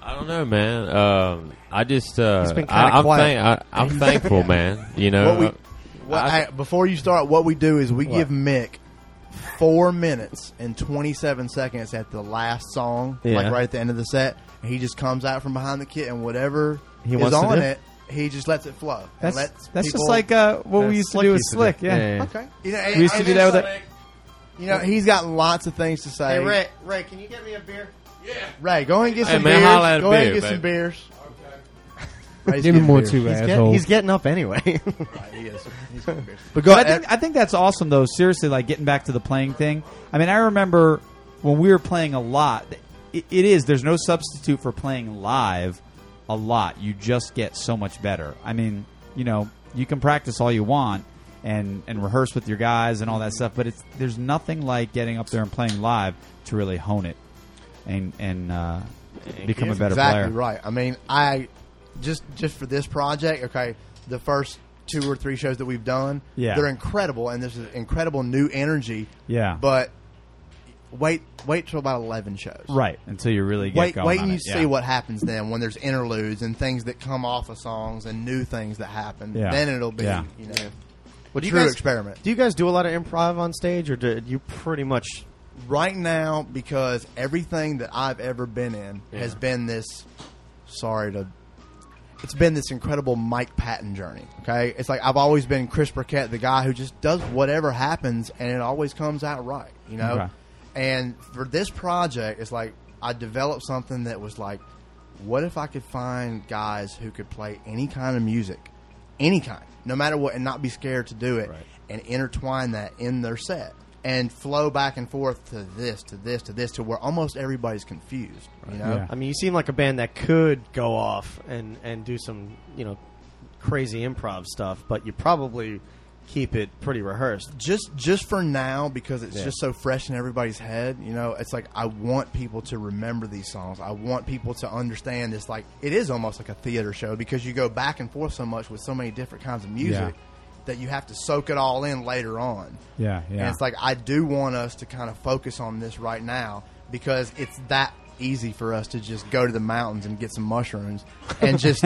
I don't know, man. Um, I just uh, It's been kinda I, I'm, uh, quiet. thank- I, I'm thankful, man. You know, What we- Well, hey, before you start, what we do is we give Mick four minutes and 27 seconds at the last song, Yeah. like right at the end of the set. And he just comes out from behind the kit, and whatever He is wants to on do. it, he just lets it flow. and That's lets that's people- just like uh, what we used to do with Slick. Yeah. Okay. You know, and- We used to and do it's that with like, You know, he's got lots of things to say. Ray, can you get me a beer? Ray, go ahead and get Hey, some man, holla at beers. a Go ahead and beer, get some baby. beers. Ray's Give me getting more beers. too, He's, get, asshole. he's getting up anyway. He is. He's getting beers. But go. I think I think that's awesome though. Seriously, like getting back to the playing thing. I mean, I remember when we were playing a lot. It, it is there's no substitute for playing live a lot. You just get so much better. I mean, you know, you can practice all you want and and rehearse with your guys and all that stuff, but it's there's nothing like getting up there and playing live to really hone it and and uh, become a better exactly player. right. I mean, I just just for this project, okay, the first two or three shows that we've done, Yeah. they're incredible, and there's an incredible new energy. Yeah. but wait, wait till about eleven shows. Right until you really get Wait, going wait, on and you it. see Yeah. what happens then when there's interludes and things that come off of songs and new things that happen. Yeah. Then it'll be Yeah. you know Well, do you true guys- experiment. Do you guys do a lot of improv on stage, or do you pretty much? right now because everything that I've ever been in has been this. Sorry to. It's been this incredible Mike Patton journey. Okay, it's like I've always been Chris Burkett, the guy who just does whatever happens, and it always comes out right. You know. Okay. And for this project, it's like I developed something that was like, what if I could find guys who could play any kind of music, any kind, no matter what, and not be scared to do it, and intertwine that in their set and flow back and forth to this, to this, to this, to where almost everybody's confused. You know, Yeah. I mean, you seem like a band that could go off and and do some you know crazy improv stuff, but you probably keep it pretty rehearsed. just just for now because it's just so fresh in everybody's head you know it's like i want people to remember these songs i want people to understand this like it is almost like a theater show because you go back and forth so much with so many different kinds of music that you have to soak it all in later on Yeah, yeah. and it's like i do want us to kind of focus on this right now because it's that easy for us to just go to the mountains and get some mushrooms and just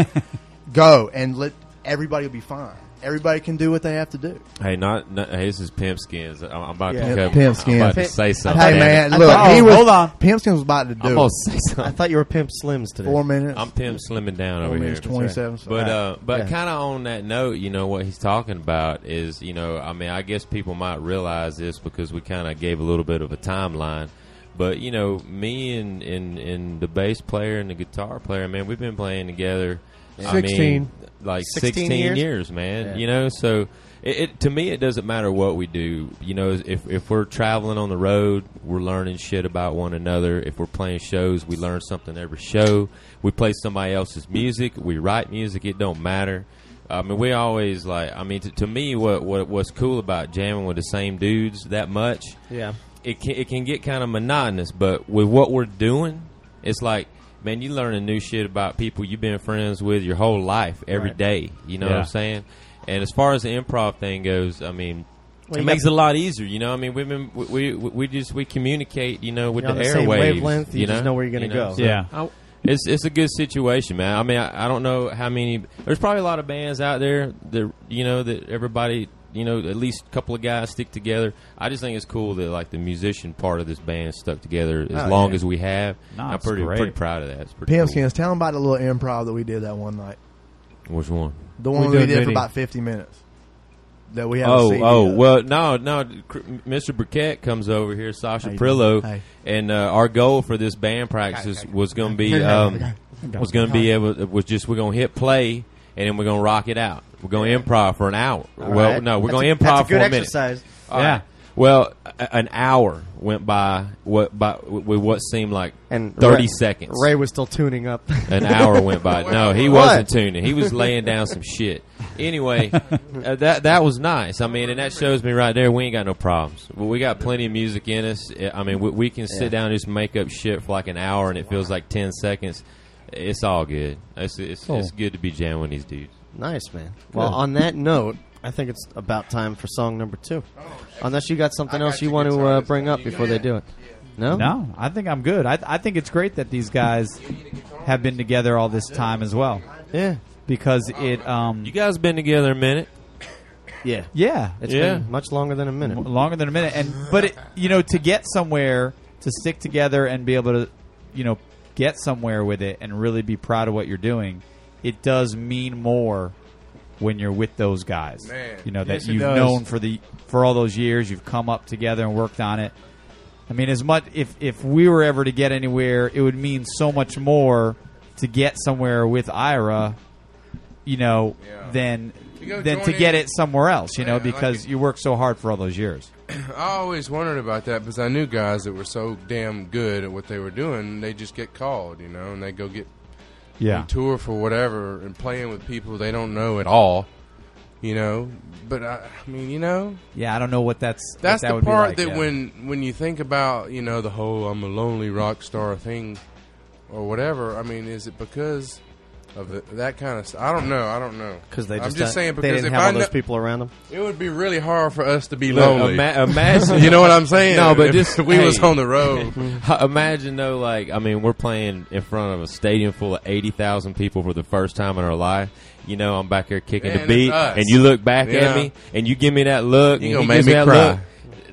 go and let everybody will be fine everybody can do what they have to do hey, not, not hey, this is pimp skins. I'm, I'm about Yeah. to come- Pimp I'm about Skins. to say something. Hey damn man, it. look, thought- he oh, was, hold on. Pimpskin was about to do I'm it. gonna say something. I thought you were Pimp Slims today. four minutes. I'm Pim slimming down over here. minutes, 27 seconds. But uh, but Yeah. kind of on that note, you know what he's talking about is you know I mean I guess people might realize this because we kind of gave a little bit of a timeline. But you know me and and, and the bass player and the guitar player, man, we've been playing together. I mean, 16. like 16 sixteen, years? years? man. You know, so it, it to me it doesn't matter what we do. You know, if if we're traveling on the road, we're learning shit about one another. If we're playing shows, we learn something every show. We play somebody else's music. We write music. It don't matter. I mean, we always like. I mean, to, to me, what, what what's cool about jamming with the same dudes that much yeah, it can, it can get kind of monotonous, but with what we're doing, it's like, man, you learning new shit about people you've been friends with your whole life every day. You know what Yeah. I'm saying? And as far as the improv thing goes, I mean, Well, it you makes got- it a lot easier. You know, I mean, we've been we we, we just we communicate. You know, with You're on the the same airwaves. wavelength, you you know, just know where you're gonna You know, go. so- yeah. it's it's a good situation, man. I mean, I, I don't know how many. There's probably a lot of bands out there that you know that everybody you know at least a couple of guys stick together. I just think it's cool that like the musician part of this band stuck together as long as we have. No, I'm Oh, it's pretty great. pretty proud of that. It's pretty Pimp cool. Skins, tell him about the little improv that we did that one night. Which one? The one We we, done did for many. about 50 minutes. that we have. a Oh, CD oh, of. well, no, no. Cr- Mr. Burkett comes over here, Sasha Hey, Prillo, hey. and uh, our goal for this band practice was going to be um, was going to be able was just we're going to hit play and then we're going to rock it out. We're going to improv for an hour. well, right. no, we're That's going a- to improv that's a good for a minute. exercise. All right. Well, a- an hour went by what by with what seemed like And thirty Ray- seconds. Ray was still tuning up. An hour went by. No, he What? wasn't tuning. He was laying down some shit. Anyway, uh, that that was nice. I mean, and that shows me right there we ain't got no problems. Well, we got plenty of music in us. Uh, I mean, we, we can sit down and just make up shit for like an hour, and it feels like ten seconds. It's all good. It's it's, it's good to be jamming with these dudes. Nice, man. Well, on that note, I think it's about time for song number two. Unless you got something I else got you your want to guitar uh, this bring time. up You before got they it? do it. No? No, I think I'm good. I, I think it's great that these guys have been together all this time as well, Yeah. because it um You guys been together a minute? Yeah. yeah It's Yeah. been much longer than a minute. w- longer than a minute and but it, you know to get somewhere to stick together and be able to you know get somewhere with it and really be proud of what you're doing it does mean more when you're with those guys Man. you know Yes, that it you've does. known for the for all those years you've come up together and worked on it i mean as much if if we were ever to get anywhere it would mean so much more to get somewhere with ira you know Yeah. than You go than to join get in. it somewhere else you Yeah, know I like because it. you worked so hard for all those years I always wondered about that because I knew guys that were so damn good at what they were doing. They just get called, you know, and they go get Yeah. tour for whatever and playing with people they don't know at all. You know, but I, I mean, you know, Yeah, I don't know what that's. that's what that the would be part like, that yeah. when when you think about you know the whole I'm a lonely rock star thing or whatever. I mean, is it because of the, that kind of? St- I don't know. I don't know. Because they I'm just, don't- just saying they because didn't if have I all those kno- people around them. it would be really hard for us to be Look, lonely. ima- imagine you know what I'm saying? No, but If just- we was hey. on the road. Imagine though, like I mean, we're playing in front of a stadium full of eighty thousand people for the first time in our life. You know, I'm back here kicking Man, the that's beat, us. and you look back Yeah. at me, and you give me that look. You and gonna he make gives me that cry. Look.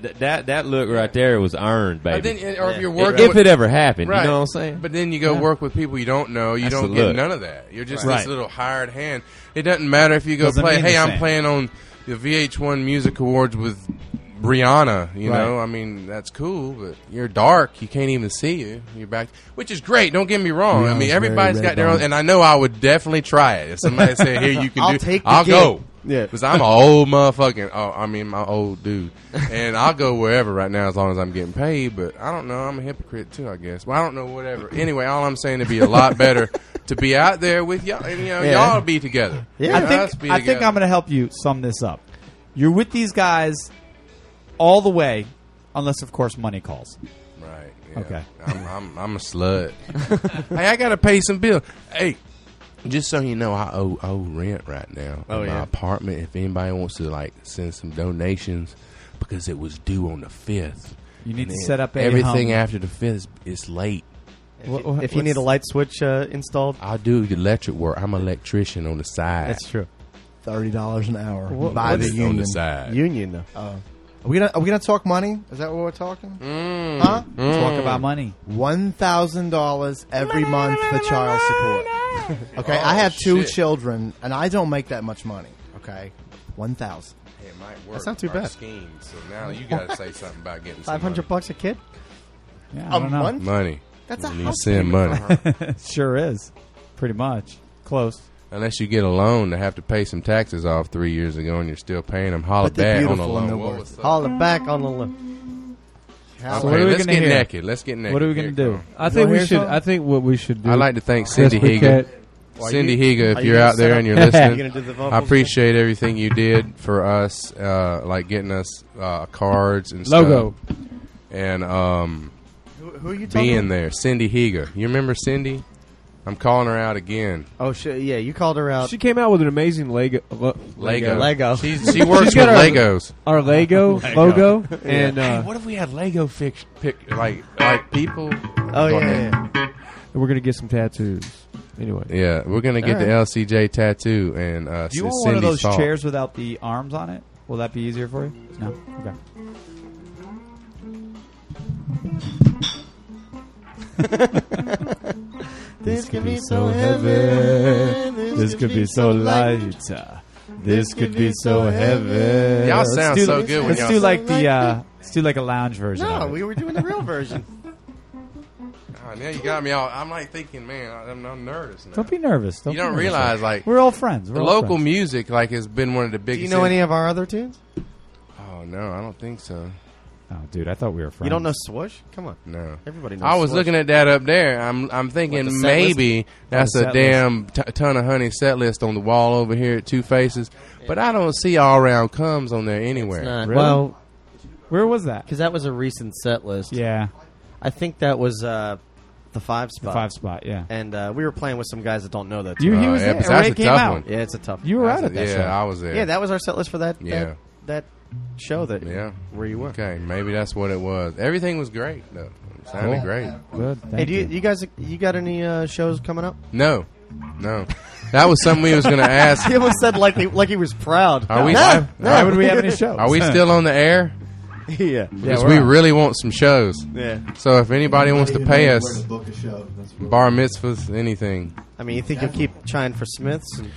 Th- that that look right there was earned, But baby. then, or if you're if, working, with- it ever happened, right. you know what I'm saying? But then you go work with people you don't know. You That's don't the get look. none of that. You're just this Right. little hired hand. It doesn't matter if you go Doesn't play. mean Hey, the I'm same." playing on the VH1 Music Awards with Rihanna. You Right. know, I mean that's cool, but you're dark. You can't even see you. You're back, which is great. Don't get me wrong. I Rihanna's mean very everybody's got their own, red-boned. and I know I would definitely try it. If somebody said, "Here, you can I'll do," take the I'll gig. go. Yeah. because I'm an old motherfucking. Oh, I mean, my old dude, and I'll go wherever right now as long as I'm getting paid. But I don't know. I'm a hypocrite too, I guess. Well, I don't know. Whatever. Anyway, all I'm saying to be a lot better to be out there with y'all. And, you know, Yeah. y'all be together. Yeah. You know, I us think be I think together. I'm going to help you sum this up. You're with these guys all the way, unless of course money calls. Right. yeah. Okay. I'm, I'm, I'm a slut. hey, I gotta pay some bill. Hey, just so you know, I owe, owe rent right now Oh, in my yeah. apartment. If anybody wants to like send some donations, because it was due on the fifth. You need And to it- set up a, everything um, after the fifth. Is late. If, you- if you need a light switch uh, installed, I do the electric work. I'm an electrician on the side. That's true. thirty dollars an hour by the Just on union. the side. union though. Are we gonna are we gonna talk money? Is that what we're talking? Huh? Mm. Talk about money. One thousand dollars every month for child support. okay, I have two shit. children and I don't make that much money. Okay, one thousand. Hey, it might work. not too Our bad. Scheme, so now you gotta say something about getting some Five hundred bucks a kid. Yeah, I A don't know. month? money. That's You a need house send money. Sure is, pretty much close. Unless you get a loan to have to pay some taxes off three years ago and you're still paying them, holla But they're back on a beautiful and loan. they're What worth was up? Holler back on the look. So what Okay, are we let's gonna get hear? naked. Let's get naked. What are we Here going it to do? comes. I think wanna we hear should. something? I think what we should do. I'd like to thank Chris Cindy Higa. Burkett- Cindy Higa, are if you you're gonna out set there up- and you're You gonna listening, do the vocals? I appreciate everything you did for us, uh, like getting us uh, cards and stuff. logo. and um, Who, who are you talking? being there. Cindy Higa, you remember Cindy? I'm calling her out again. Oh shit! Yeah, you called her out. She came out with an amazing Lego. Lo, Lego. Lego. She's, she works She's with got our- Legos. Our Lego, logo and uh, What if we had Lego fix, pic, like like people? oh Go yeah, ahead. yeah, yeah. we're gonna get some tattoos. Anyway, Yeah, we're gonna get All the right. LCJ tattoo and uh, Do you want one it's of Cindy's those fault. chairs without the arms on it? Will that be easier for you? No. Okay. This could be so heavy. This could be so light. light. This could be so heaven. Y'all Let's sound do- so good when Let's y'all do sing. like the uh, let's do like a lounge version. No, of it. we were doing the real version. Ah, now you got me all. I'm like thinking, man, I'm, I'm nervous now. don't be nervous. Don't You be don't nervous. realize like we're all friends. We're the all local friends. music like has been one of the Do biggest. you know any of our other tunes? Oh no, I don't think so. Oh, dude, I thought we were friends. You don't know Swoosh? Come on. No. Everybody knows I was Swoosh. looking at that up there. I'm I'm thinking What, the set maybe that's the a set damn t- ton of honey set list on the wall over here at Two Faces, but I don't see all round comes on there anywhere. Uh, Nah, Really? Well, Where was that? because that was a recent set list. Yeah, I think that was uh, the five spot. five spot. Yeah, And uh, we were playing with some guys that don't know that. you. He Uh, was yeah, there. but that's Ray a came tough out. one. yeah, it's a tough. You were out at that yeah, show. I was there. Yeah, that was our set list for that. Yeah. That, that show that. Yeah. Where you were. Okay, maybe that's what it was. Everything was great though. It sounded Cool. great. Good. Thank Hey, do you, you guys, you got any uh, shows coming up? No, no, that was something we was going to ask. He almost said like he, like he was proud. Are we? No, Why would we have any show? Are we still on the air? yeah, Because we really want some shows. yeah. So if anybody wants to pay us, Book a show. That's what- bar mitzvahs, anything. I mean, you think you'll keep trying for Smiths? And,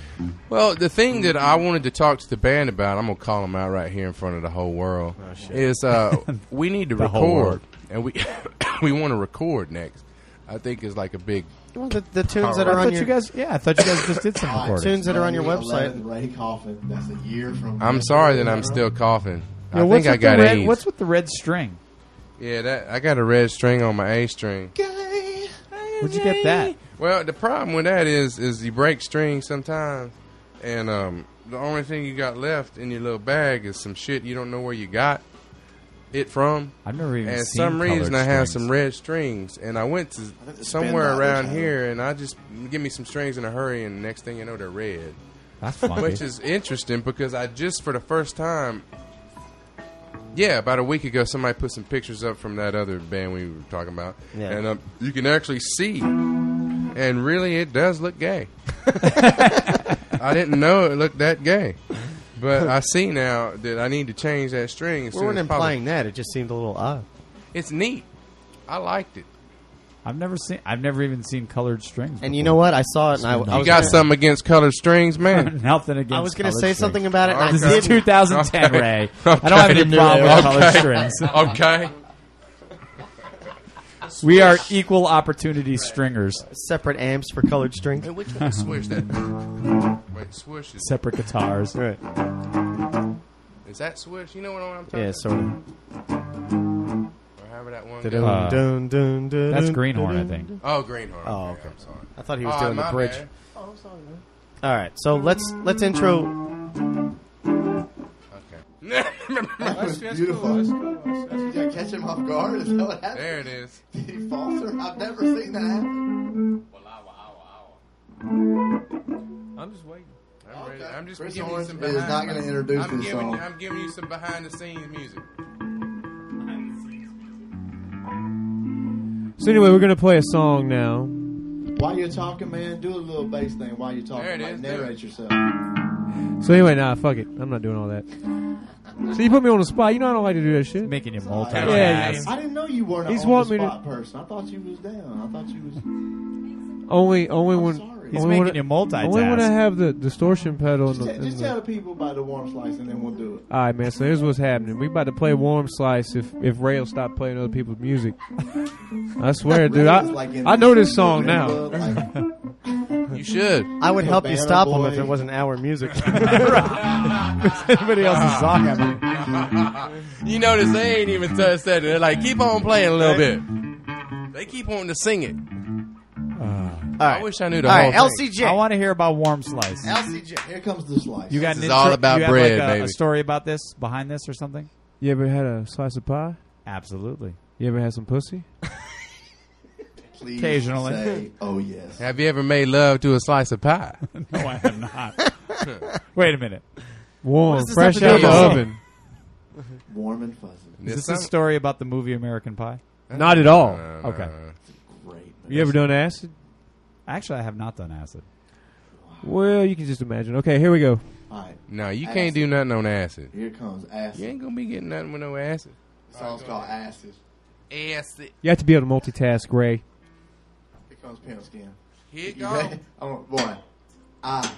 Well, the thing that I wanted to talk to the band about, I'm gonna call them out right here in front of the whole world. Oh, Is uh, we need whole to record, world. and we we want to record next. I think it's like a big. well, the, the tunes that I are on thought your you guys. Yeah, I thought you guys just did some recording. tunes that are on your 11th, website. Ray Coffin. That's a year from. I'm sorry that I'm still coughing. Yeah, I what's think I with the got red- AIDS. What's with the red string? yeah, that I got a red string on my A string. Where'd you get that? Well, the problem with that is is you break strings sometimes, and um, the only thing you got left in your little bag is some shit you don't know where you got it from. I've never even And seen some reason colored I have strings. some red strings, and I went to it's somewhere been around that way. here, and I just give me some strings in a hurry, and next thing you know, they're red, That's funky. which is interesting because I just for the first time. Yeah, about a week ago, somebody put some pictures up from that other band we were talking about, Yeah. and um, you can actually see, and really, it does look gay. I didn't know it looked that gay, but I see now that I need to change that string. As We soon weren't as possible. implying that. It just seemed a little odd. It's neat. I liked it. I've never seen. I've never even seen colored strings. And you know what? I saw it, and I, I You was got gonna, something against colored strings, man? nothing against. I was going to colored say strings. something about it, and Okay. This I is didn't. 2010, Okay. Ray. I don't have any Okay. problem with colored Okay. strings. okay. We are equal opportunity stringers. separate amps for colored strings. And which one is swish? That wait, swish is, Separate guitars. Right. is that swish? You know what I'm talking Yeah, about? sort of. Or however that one. goes. Uh, Dun, dun, dun, That's dun, Greenhorn, I dun, think. Oh, Greenhorn. Oh, okay. okay. I'm sorry. I thought he was Oh, doing the my bridge. bad. All right, so let's let's intro. beautiful. Did I catch him off guard? Is that what happened? There it is. Did he falter? I've never seen that happen. I'm just waiting. I'm, ready. I'm just Chris giving you Owens some is not behind. gonna introduce I'm this giving, song. I'm giving you some behind the scenes music. So anyway, we're gonna play a song now. While you're talking, man, do a little bass thing while you're talking. There it like, is, there. narrate yourself. So anyway, nah, fuck it. I'm not doing all that. So you put me on the spot. You know I don't like to do that shit. Making you Yeah, multitask. yeah. I didn't know you weren't He's an on want the me to- spot person. I thought you was down. I thought you was. Only, only when, sorry. only He's when, making you multitask. Only when I have the distortion pedal. In the, Just, in just the- tell the people about the warm slice, and then we'll do it. All right, man. So here's what's happening. We about to play Warm Slice if if Ray will stop playing other people's music. I swear, dude. I, Ray is like in- I know this song now. Like, You should. I would help you Banner stop him Boy. if it wasn't our music. Anybody else's song ever? You notice they ain't even touched that. They're like, keep on playing a little bit. They keep wanting to sing it. I wish I knew the Uh, All whole right, thing. I LCJ. want to hear about Warm Slice. LCJ. Here comes the slice. You got This an is all intro- about you have bread, like a, baby. a story about this, behind this, or something? You ever had a slice of pie? Absolutely. You ever had some pussy? Please occasionally. Say, oh yes. Have you ever made love to a slice of pie? No, I am not. Wait a minute. Warm, this fresh have to do out with the the oven. Warm and fuzzy. Is this There's a some- story about the movie American Pie? Not at all. Uh, Okay. Great. You ever done acid? Actually, I have not done acid. Well, you can just imagine. Okay, here we go. All right. No, you can't do nothing on acid. Here comes You acid. ain't gonna be getting nothing with no acid. This song's called acid. Acid. You have to be able to multitask, Ray. Here comes pimp skin. Here it You ready? I'm on one. I.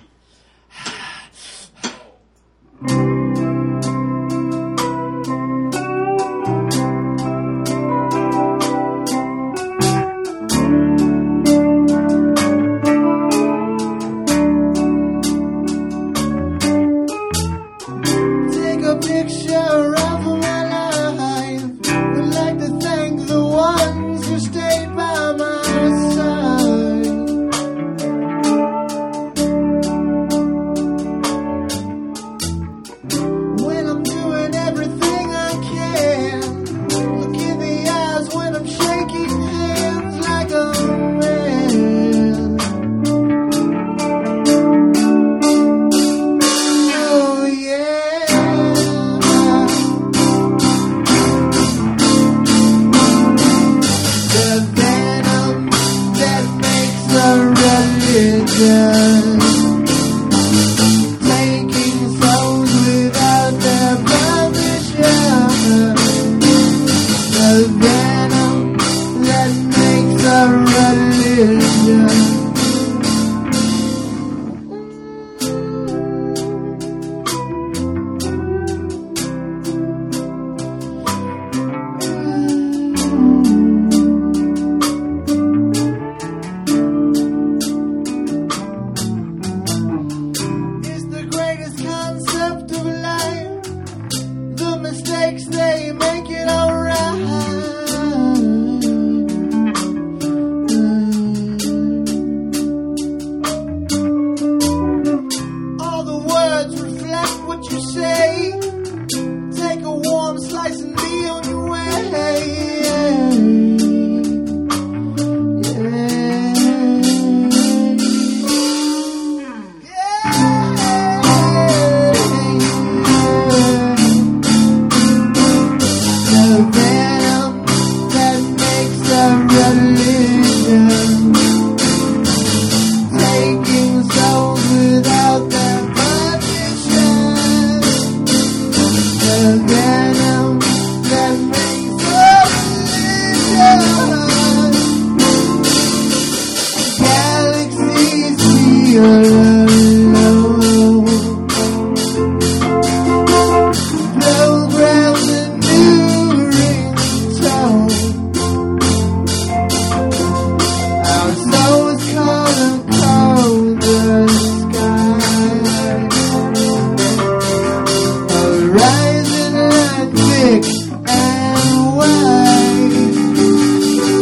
Take a picture of my life. Would like to thank the ones who stayed by my side. When I'm doing everything I can, look in the eyes when I'm shaking hands like a man. Oh yeah. The venom that makes a religion, taking souls without their permission. The venom that makes a religion. is the greatest concept of life. The mistakes they make it alright. All the words reflect what you say. Take a warm slice and be on your way. Yeah. The venom that makes a religion, taking souls without their permission. The venom that makes a religion galaxies here alone. Programs and new ringtone. Our souls color code the sky. Horizon light thick and wide.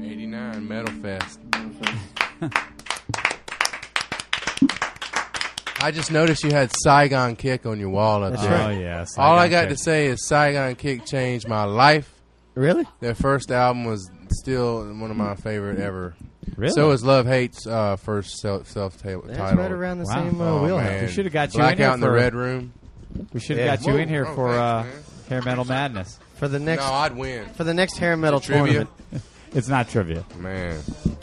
Eighty nine Metal Fest. I just noticed you had Saigon Kick on your wall up there. Oh yes. All I got to say is Saigon Kick changed my life. Really? Their first album was still one of my favorite ever. Really? So is Love Hates uh, first self self title. That's right around the Wow. same uh, Oh, wheelhouse. man. We shoulda got you in Blackout here in, the for- Red Room. we should have got you in here Oh, for uh, thanks, man. hair metal madness. For the next No, I'd win. for the next hair metal Trivia, tournament. It's not trivia. man.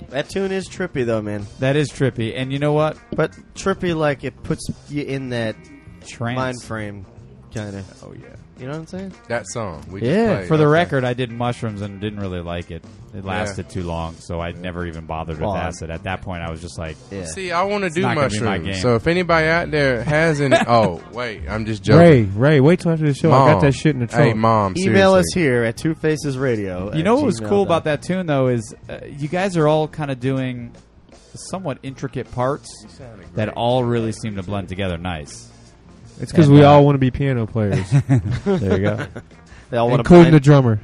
That tune is trippy though, man. That is trippy. And you know what? But trippy, like it puts you in that Trance. mind frame, kind of. Oh yeah. You know what I'm saying? That song. We Yeah, Just played. for the Okay. record, I did mushrooms and didn't really like it. It lasted too long, so I never even bothered with Well, acid. At that point, I was just like, Yeah. See, I want to do not gonna be my mushrooms. game. So if anybody out there has any, oh wait, I'm just joking. Ray, Ray, wait till after the show. I got Mom. that shit in the trunk. Hey, mom. Email us seriously. here at Two Faces Radio. you know what was cool about that tune though is uh, you guys are all kind of doing somewhat intricate parts that all really seem to blend together nice. It's because And, we uh, all want to be piano players, There you go. They all want to including the drummer.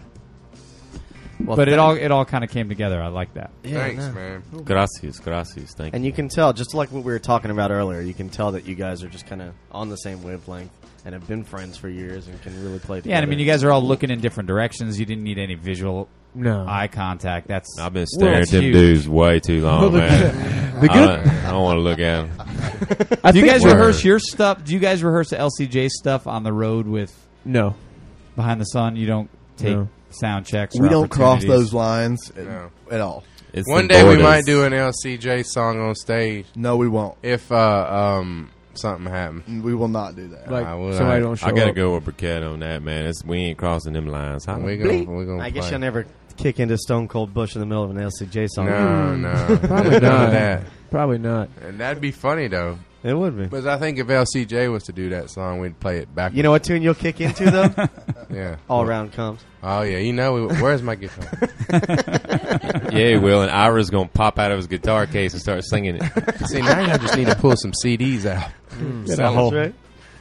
well, but it thank- all it all kind of came together. I like that. yeah, Thanks, no. man. Gracias, gracias. Thank And you. you can tell, just like what we were talking about earlier, you can tell that you guys are just kind of on the same wavelength and have been friends for years and can really play together. Yeah, and I mean, you guys are all looking in different directions. You didn't need any visual No, eye contact. That's I've been staring at that's them huge. dudes way too long, man. I don't, I don't want to look at them. do you guys we're- rehearse your stuff? Do you guys rehearse the LCJ stuff on the road with no. Behind the Sun? You don't take No. sound checks. or We don't cross opportunities? those lines at, No. at all. It's One the day we Bordas. might do an LCJ song on stage No, we won't. if uh, um, something happened. We will not do that. Like I would- somebody I- don't show I gotta up. go with Burkett on that, man. It's, we ain't crossing them lines. How We we gonna, we gonna I guess play. you'll never kick into Stone Cold Bush in the middle of an LCJ song. No, no, Probably None not. of that. Probably not. And that'd be funny though. It would be. But I think if LCJ was to do that song, we'd play it back. You know what tune you'll kick into, though? Yeah. all Round Comes. Oh yeah. You know. we- Where's my guitar? Yeah, Will and Ira's gonna pop out of his guitar case and start singing it. See now y'all just need to pull some CDs out.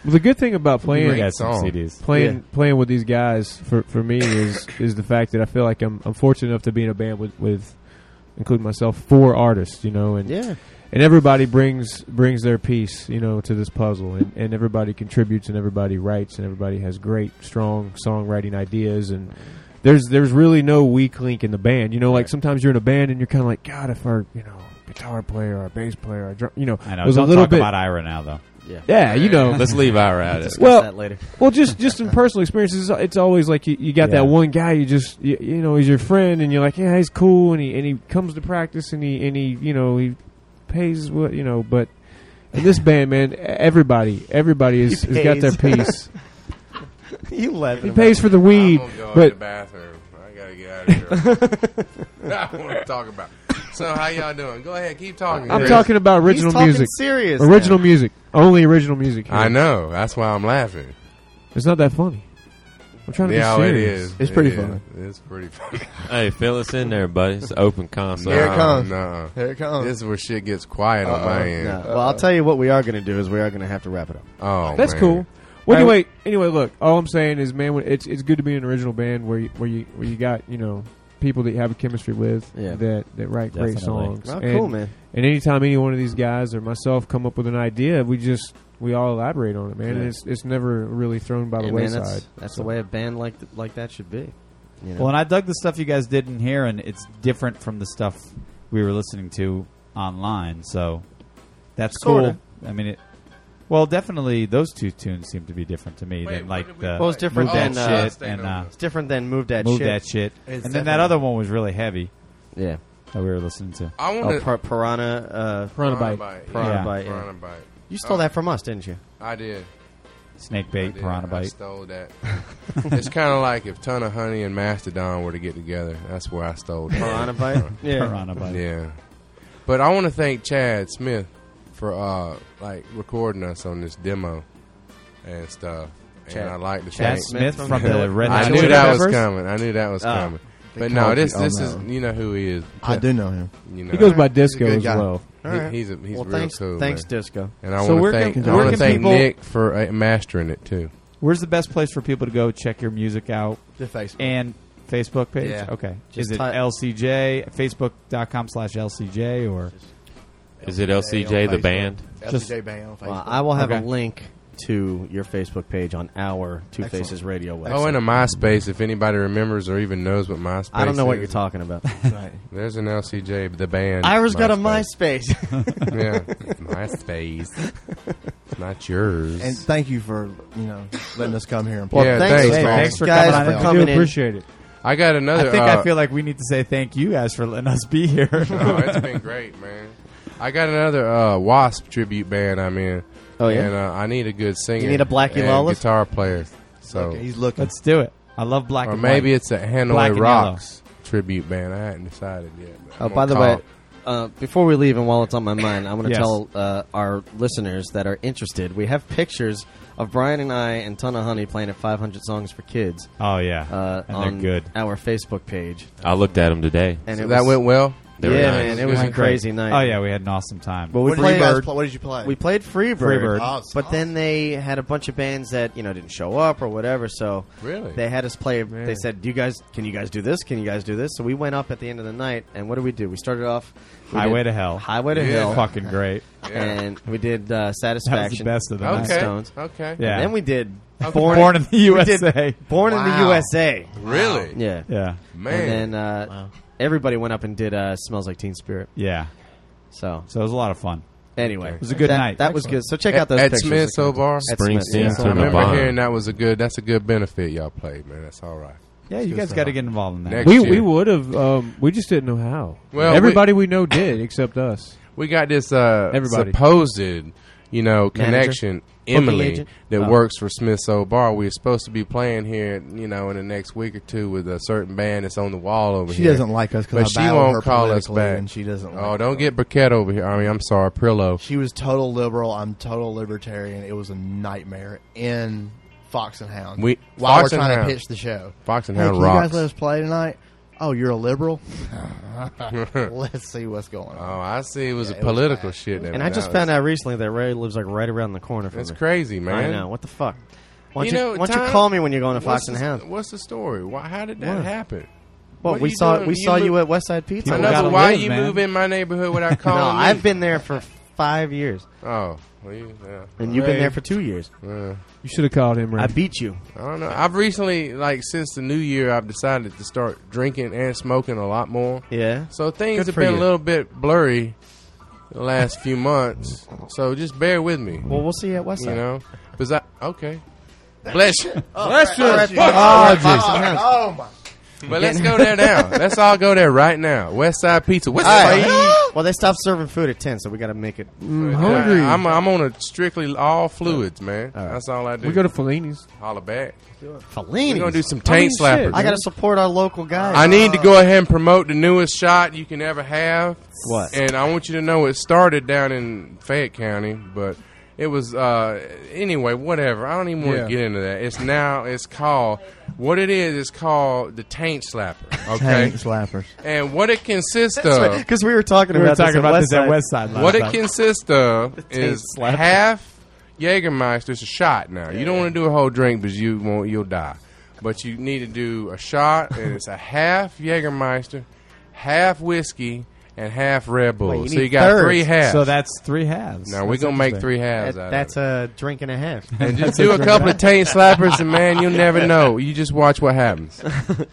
Well, the good thing about playing Great Got some song. CDs. playing playing with these guys for, for me is is the fact that I feel like I'm I'm fortunate enough to be in a band with, with including myself four artists, you know, and Yeah. and everybody brings brings their piece, you know, to this puzzle, and, and everybody contributes, and everybody writes, and everybody has great, strong songwriting ideas, and there's there's really no weak link in the band. You know, like sometimes you're in a band and you're kind of like, God, if our you know guitar player, our bass player, our drum, you know, I know. there's don't a little talk bit, about Ira now, though. yeah, you know, Let's leave Ira out of it. well, that later. well, just just in personal experiences, it's- it's always like you, you got Yeah. that one guy you just you, you know he's your friend and you're like yeah he's cool and he and he comes to practice and he and he you know he pays what you know but in this band man everybody everybody is, has got their piece you laughing. he pays for the weed I'm gonna go to but the bathroom. I gotta get out of here. I want to talk about. So how y'all doing? Go ahead, keep talking. I'm Chris. talking about original He's talking music serious. original music only original music here. I know. That's why I'm laughing. it's not that funny I'm trying to Yeah, oh, be it serious is. It's It pretty is. funny. It's pretty funny. Hey, fill us in there, buddy. It's an open concert. Here it comes. No, Here it comes. this is where shit gets quiet on my end. No. Well, I'll tell you what we are going to do is we are going to have to wrap it up. Oh, That's man. cool. Well, anyway, anyway, look. All I'm saying is, man, when- it's it's good to be in an original band where you where you where you got you know people that you have a chemistry with Yeah. that that write great Definitely. songs. Well, and, Oh, cool, man. and anytime any one of these guys or myself come up with an idea, we just we all elaborate on it, man. Yeah. And it's it's never really thrown by Yeah, the man, wayside. that's that's the way a band like th- like that should be. You know? Well, and I dug the stuff you guys did in here, and it's different from the stuff we were listening to online. So that's Sorta. cool. I mean, it. Well, definitely those two tunes seem to be different to me Wait, than what like did we the play? Well, it's different Move than, that uh, shit and uh, it's different than move that move shit. that shit, and then It's that definitely- other one was really heavy Yeah. that we were listening to. I want Oh, to. pir- piranha. Uh, Piranha Bite. Piranha Yeah. bite. Yeah. Piranha bite. You stole that from us, didn't you? I did. Snake I bait, did. piranha I bite. stole that. it's kind of like if Ton of Honey and Mastodon were to get together. That's where I stole that. Piranha bite. Yeah. Piranha bite. Yeah. But I want to thank Chad Smith for uh like recording us on this demo and stuff. Chad- and I like the Chad Chad Smith Smith from from the Philly. Red I Hot knew Chili that was Peppers? coming. I knew that was Ah. coming. They But call no, it this the this Elmo. is you know who he is. I do know him. You know He goes by Disco good as guy. well. He- he's a, he's well, real thanks, cool. thanks, man. Disco. And I So want where to thank can- I where want to can thank people- Nick for uh, mastering it too. Where's the best place for people to go check your music out The face. and Facebook page? Yeah. Okay. Just Is it type- LCJ, facebook.com slash LCJ, or Is it LCJ the band? LCJ band on Facebook. Well, I will have Okay. a link to your Facebook page on our Two Faces Radio website. Oh, and a MySpace if anybody remembers or even knows what MySpace. I don't know what is. you're talking about. There's an LCJ the band. Ira's got a MySpace. MySpace. yeah, MySpace. It's not yours. and thank you for you know letting us come here and Well, play. Yeah, thanks, thanks, man. Thanks for guys coming on for in. We I coming do in. appreciate it. I got another. I think uh, I feel like we need to say thank you guys for letting us be here. No, it's been great, man. I got another uh, Wasp tribute band I'm in. Oh, yeah? And uh, I need a good singer. need a Blackie and Lawless? guitar player. So, Okay, he's looking. Let's do it. I love black or and maybe white. it's a Hanoi Black and Rocks tribute band. I hadn't decided yet. but Oh, by I'm gonna the call. way, uh, before we leave, and while it's on my mind, I'm going to Yes. tell uh, our listeners that are interested. We have pictures of Brian and I and Ton of Honey playing at 500 Songs for Kids Oh yeah, uh, and on they're good. our Facebook page, I looked at him today. and So it that was, went well. They were yeah, nice. man, it was a crazy night. Oh yeah, we had an awesome time. But we What did, you played, guys play? what did you play? we played Freebird, Freebird. Awesome. but then they had a bunch of bands that you know didn't show up or whatever. So Really? they had us play. They said, "Do you guys? Can you guys do this? Can you guys do this?" So we went up at the end of the night, and what did we do? We started off we Highway did to Hell. Highway to Hell, Fucking great. and we did uh, That was the Satisfaction. best of the night. Okay. Stones. Okay. Yeah. And then we did Born, in the we did USA. Born in the Wow. USA. Really? Yeah, Yeah. Man. And then uh, everybody went up and did uh, "Smells Like Teen Spirit." Yeah. So So it was a lot of fun. anyway, it was a good that, night. That was good. So check out those Ed pictures. Smith's old bar. Ed Smith, Springsteen yeah. to I the remember bottom. hearing that was a good. That's a good benefit y'all played, man. That's all right. Yeah, you guys got to get involved in that. Next We year. we would have. Um, we just didn't know how. Well, everybody we, know did except us. we got this uh, Everybody. supposed you know connection Emily agent? that Oh. works for Smith's Old Bar. We're supposed to be playing here, you know, in the next week or two with a certain band that's on the wall over she here. doesn't like us But because she I battled won't her call us politically back. And she doesn't. Oh, like don't her. get Burkett over here. I mean, I'm sorry, Prillo. She was total liberal. I'm total libertarian. It was a nightmare in Fox and Hound. We- while Fox we're and trying Hound. to pitch the show. Fox and hey, Hound can you rocks. guys let us play tonight? Oh, you're a liberal. Let's see what's going on. Oh, I see. It was Yeah, a it was political bad. shit. And I just found out recently that Ray lives like right around the corner from It's me. crazy, man. I know. What the fuck? Why You don't you, know, why don't time- you call me when you're going to What's Fox and the- Hound? What's the story? Why? How did that What? happen? Well, what we you saw doing? we You saw live- you at Westside Pizza. I People know, gotta but why live, you man. move in my neighborhood without no, calling me? I've been there for five years, Oh, well, you, yeah. and you've been Ray. there for two years. Yeah. You should have called him. Ray. I beat you. I don't know. I've recently, like, since the new year, I've decided to start drinking and smoking a lot more. Yeah. So things Good have for been a you. little bit blurry the last few months. So just bear with me. Well, we'll see you at Westside. You know? Because I, okay. Bless you. Let's just Oh my! But let's go there now. Let's all go there right now. West Side Pizza. What's Well, they stopped serving food at ten, so we got to make it. I'm hungry. I, am I'm on a strictly all fluids, man. right. That's all I do. we go to Fellini's. holler back. Fellini. We're gonna do some taint I mean, shit. slappers. I got to support our local guys. I need to go ahead and promote the newest shot you can ever have. What? And I want you to know it started down in Fayette County, but it was uh, anyway. Whatever. I don't even want to Yeah. get into that. It's now. It's called what it is. It's called the Taint Slapper. Okay. Tank slappers. and what it consists of. because we were talking We were about talking about this at Westside. Westside. last What it night. consists of is slapper. half Jägermeister. It's a shot now. You don't want to do a whole drink because you won't. You'll die. But you need to do a shot, and it's a half Jägermeister, half whiskey, and half Red Bull. you so need you got thirds. three halves. So that's three halves. now we're gonna make three halves. That- out that's of it. a drink and a half. and just do a couple of taint slappers, and man, you'll never know. You just watch what happens.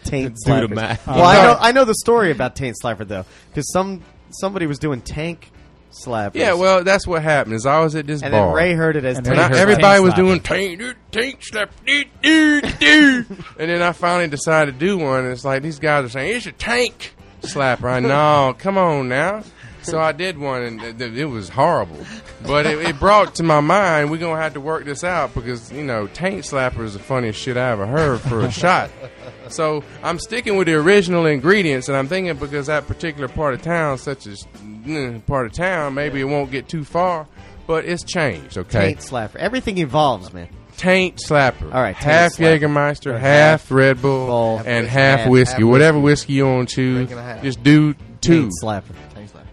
taint Do the slappers. math. Well, I know I know the story about taint slapper though, because some somebody was doing tank slappers. Yeah, well, that's what happened. Is I was at this and bar. then Ray heard it as And taint. And I, Tank everybody slap. was Tank doing tank, doot, tank, slap, doot, doot, doot. and then I finally decided to do one. And it's like these guys are saying, "It's a tank slapper." I know, come on now. So I did one, and th- th- it was horrible. But it, it brought to my mind, we're gonna have to work this out because you know, tank slapper is the funniest shit I ever heard for a shot. So I'm sticking with the original ingredients, and I'm thinking because that particular part of town, such as mm, part of town, maybe it won't get too far. But it's changed, okay? Taint slapper. Everything evolves, man. taint slapper. All right, taint half slapper. Jägermeister, half, half Red Bull, Bull, and half half, half whiskey. whiskey. Whatever whiskey you want to choose, Drink and a half. just do two. Taint slapper. Tank slappers.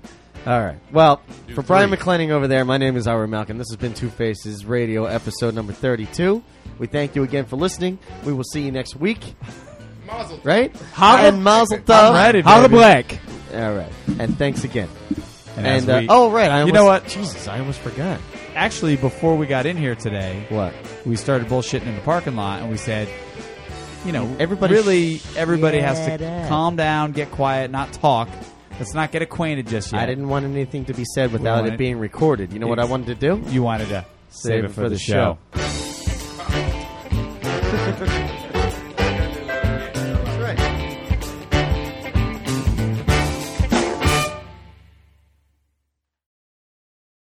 All right. Well, for Brian three. McClenning over there, my name is Ira Malcolm. This has been Two Faces Radio, episode number 32. We thank you again for listening. We will see you next week. Right? Holla and Mazel Tov. ready, Holla baby. Black. All right. And thanks again. And, as And uh, we- oh, right. I You almost, know what? Jesus, I almost forgot. actually, before we got in here today, What? we started bullshitting in the parking lot, and we said, you know, Everybody really, everybody has shut to up. calm down, get quiet, not talk. Let's not get acquainted just yet. I didn't want anything to be said without wanted- it being recorded. You know what I wanted to do? You wanted to save, it for, the, show.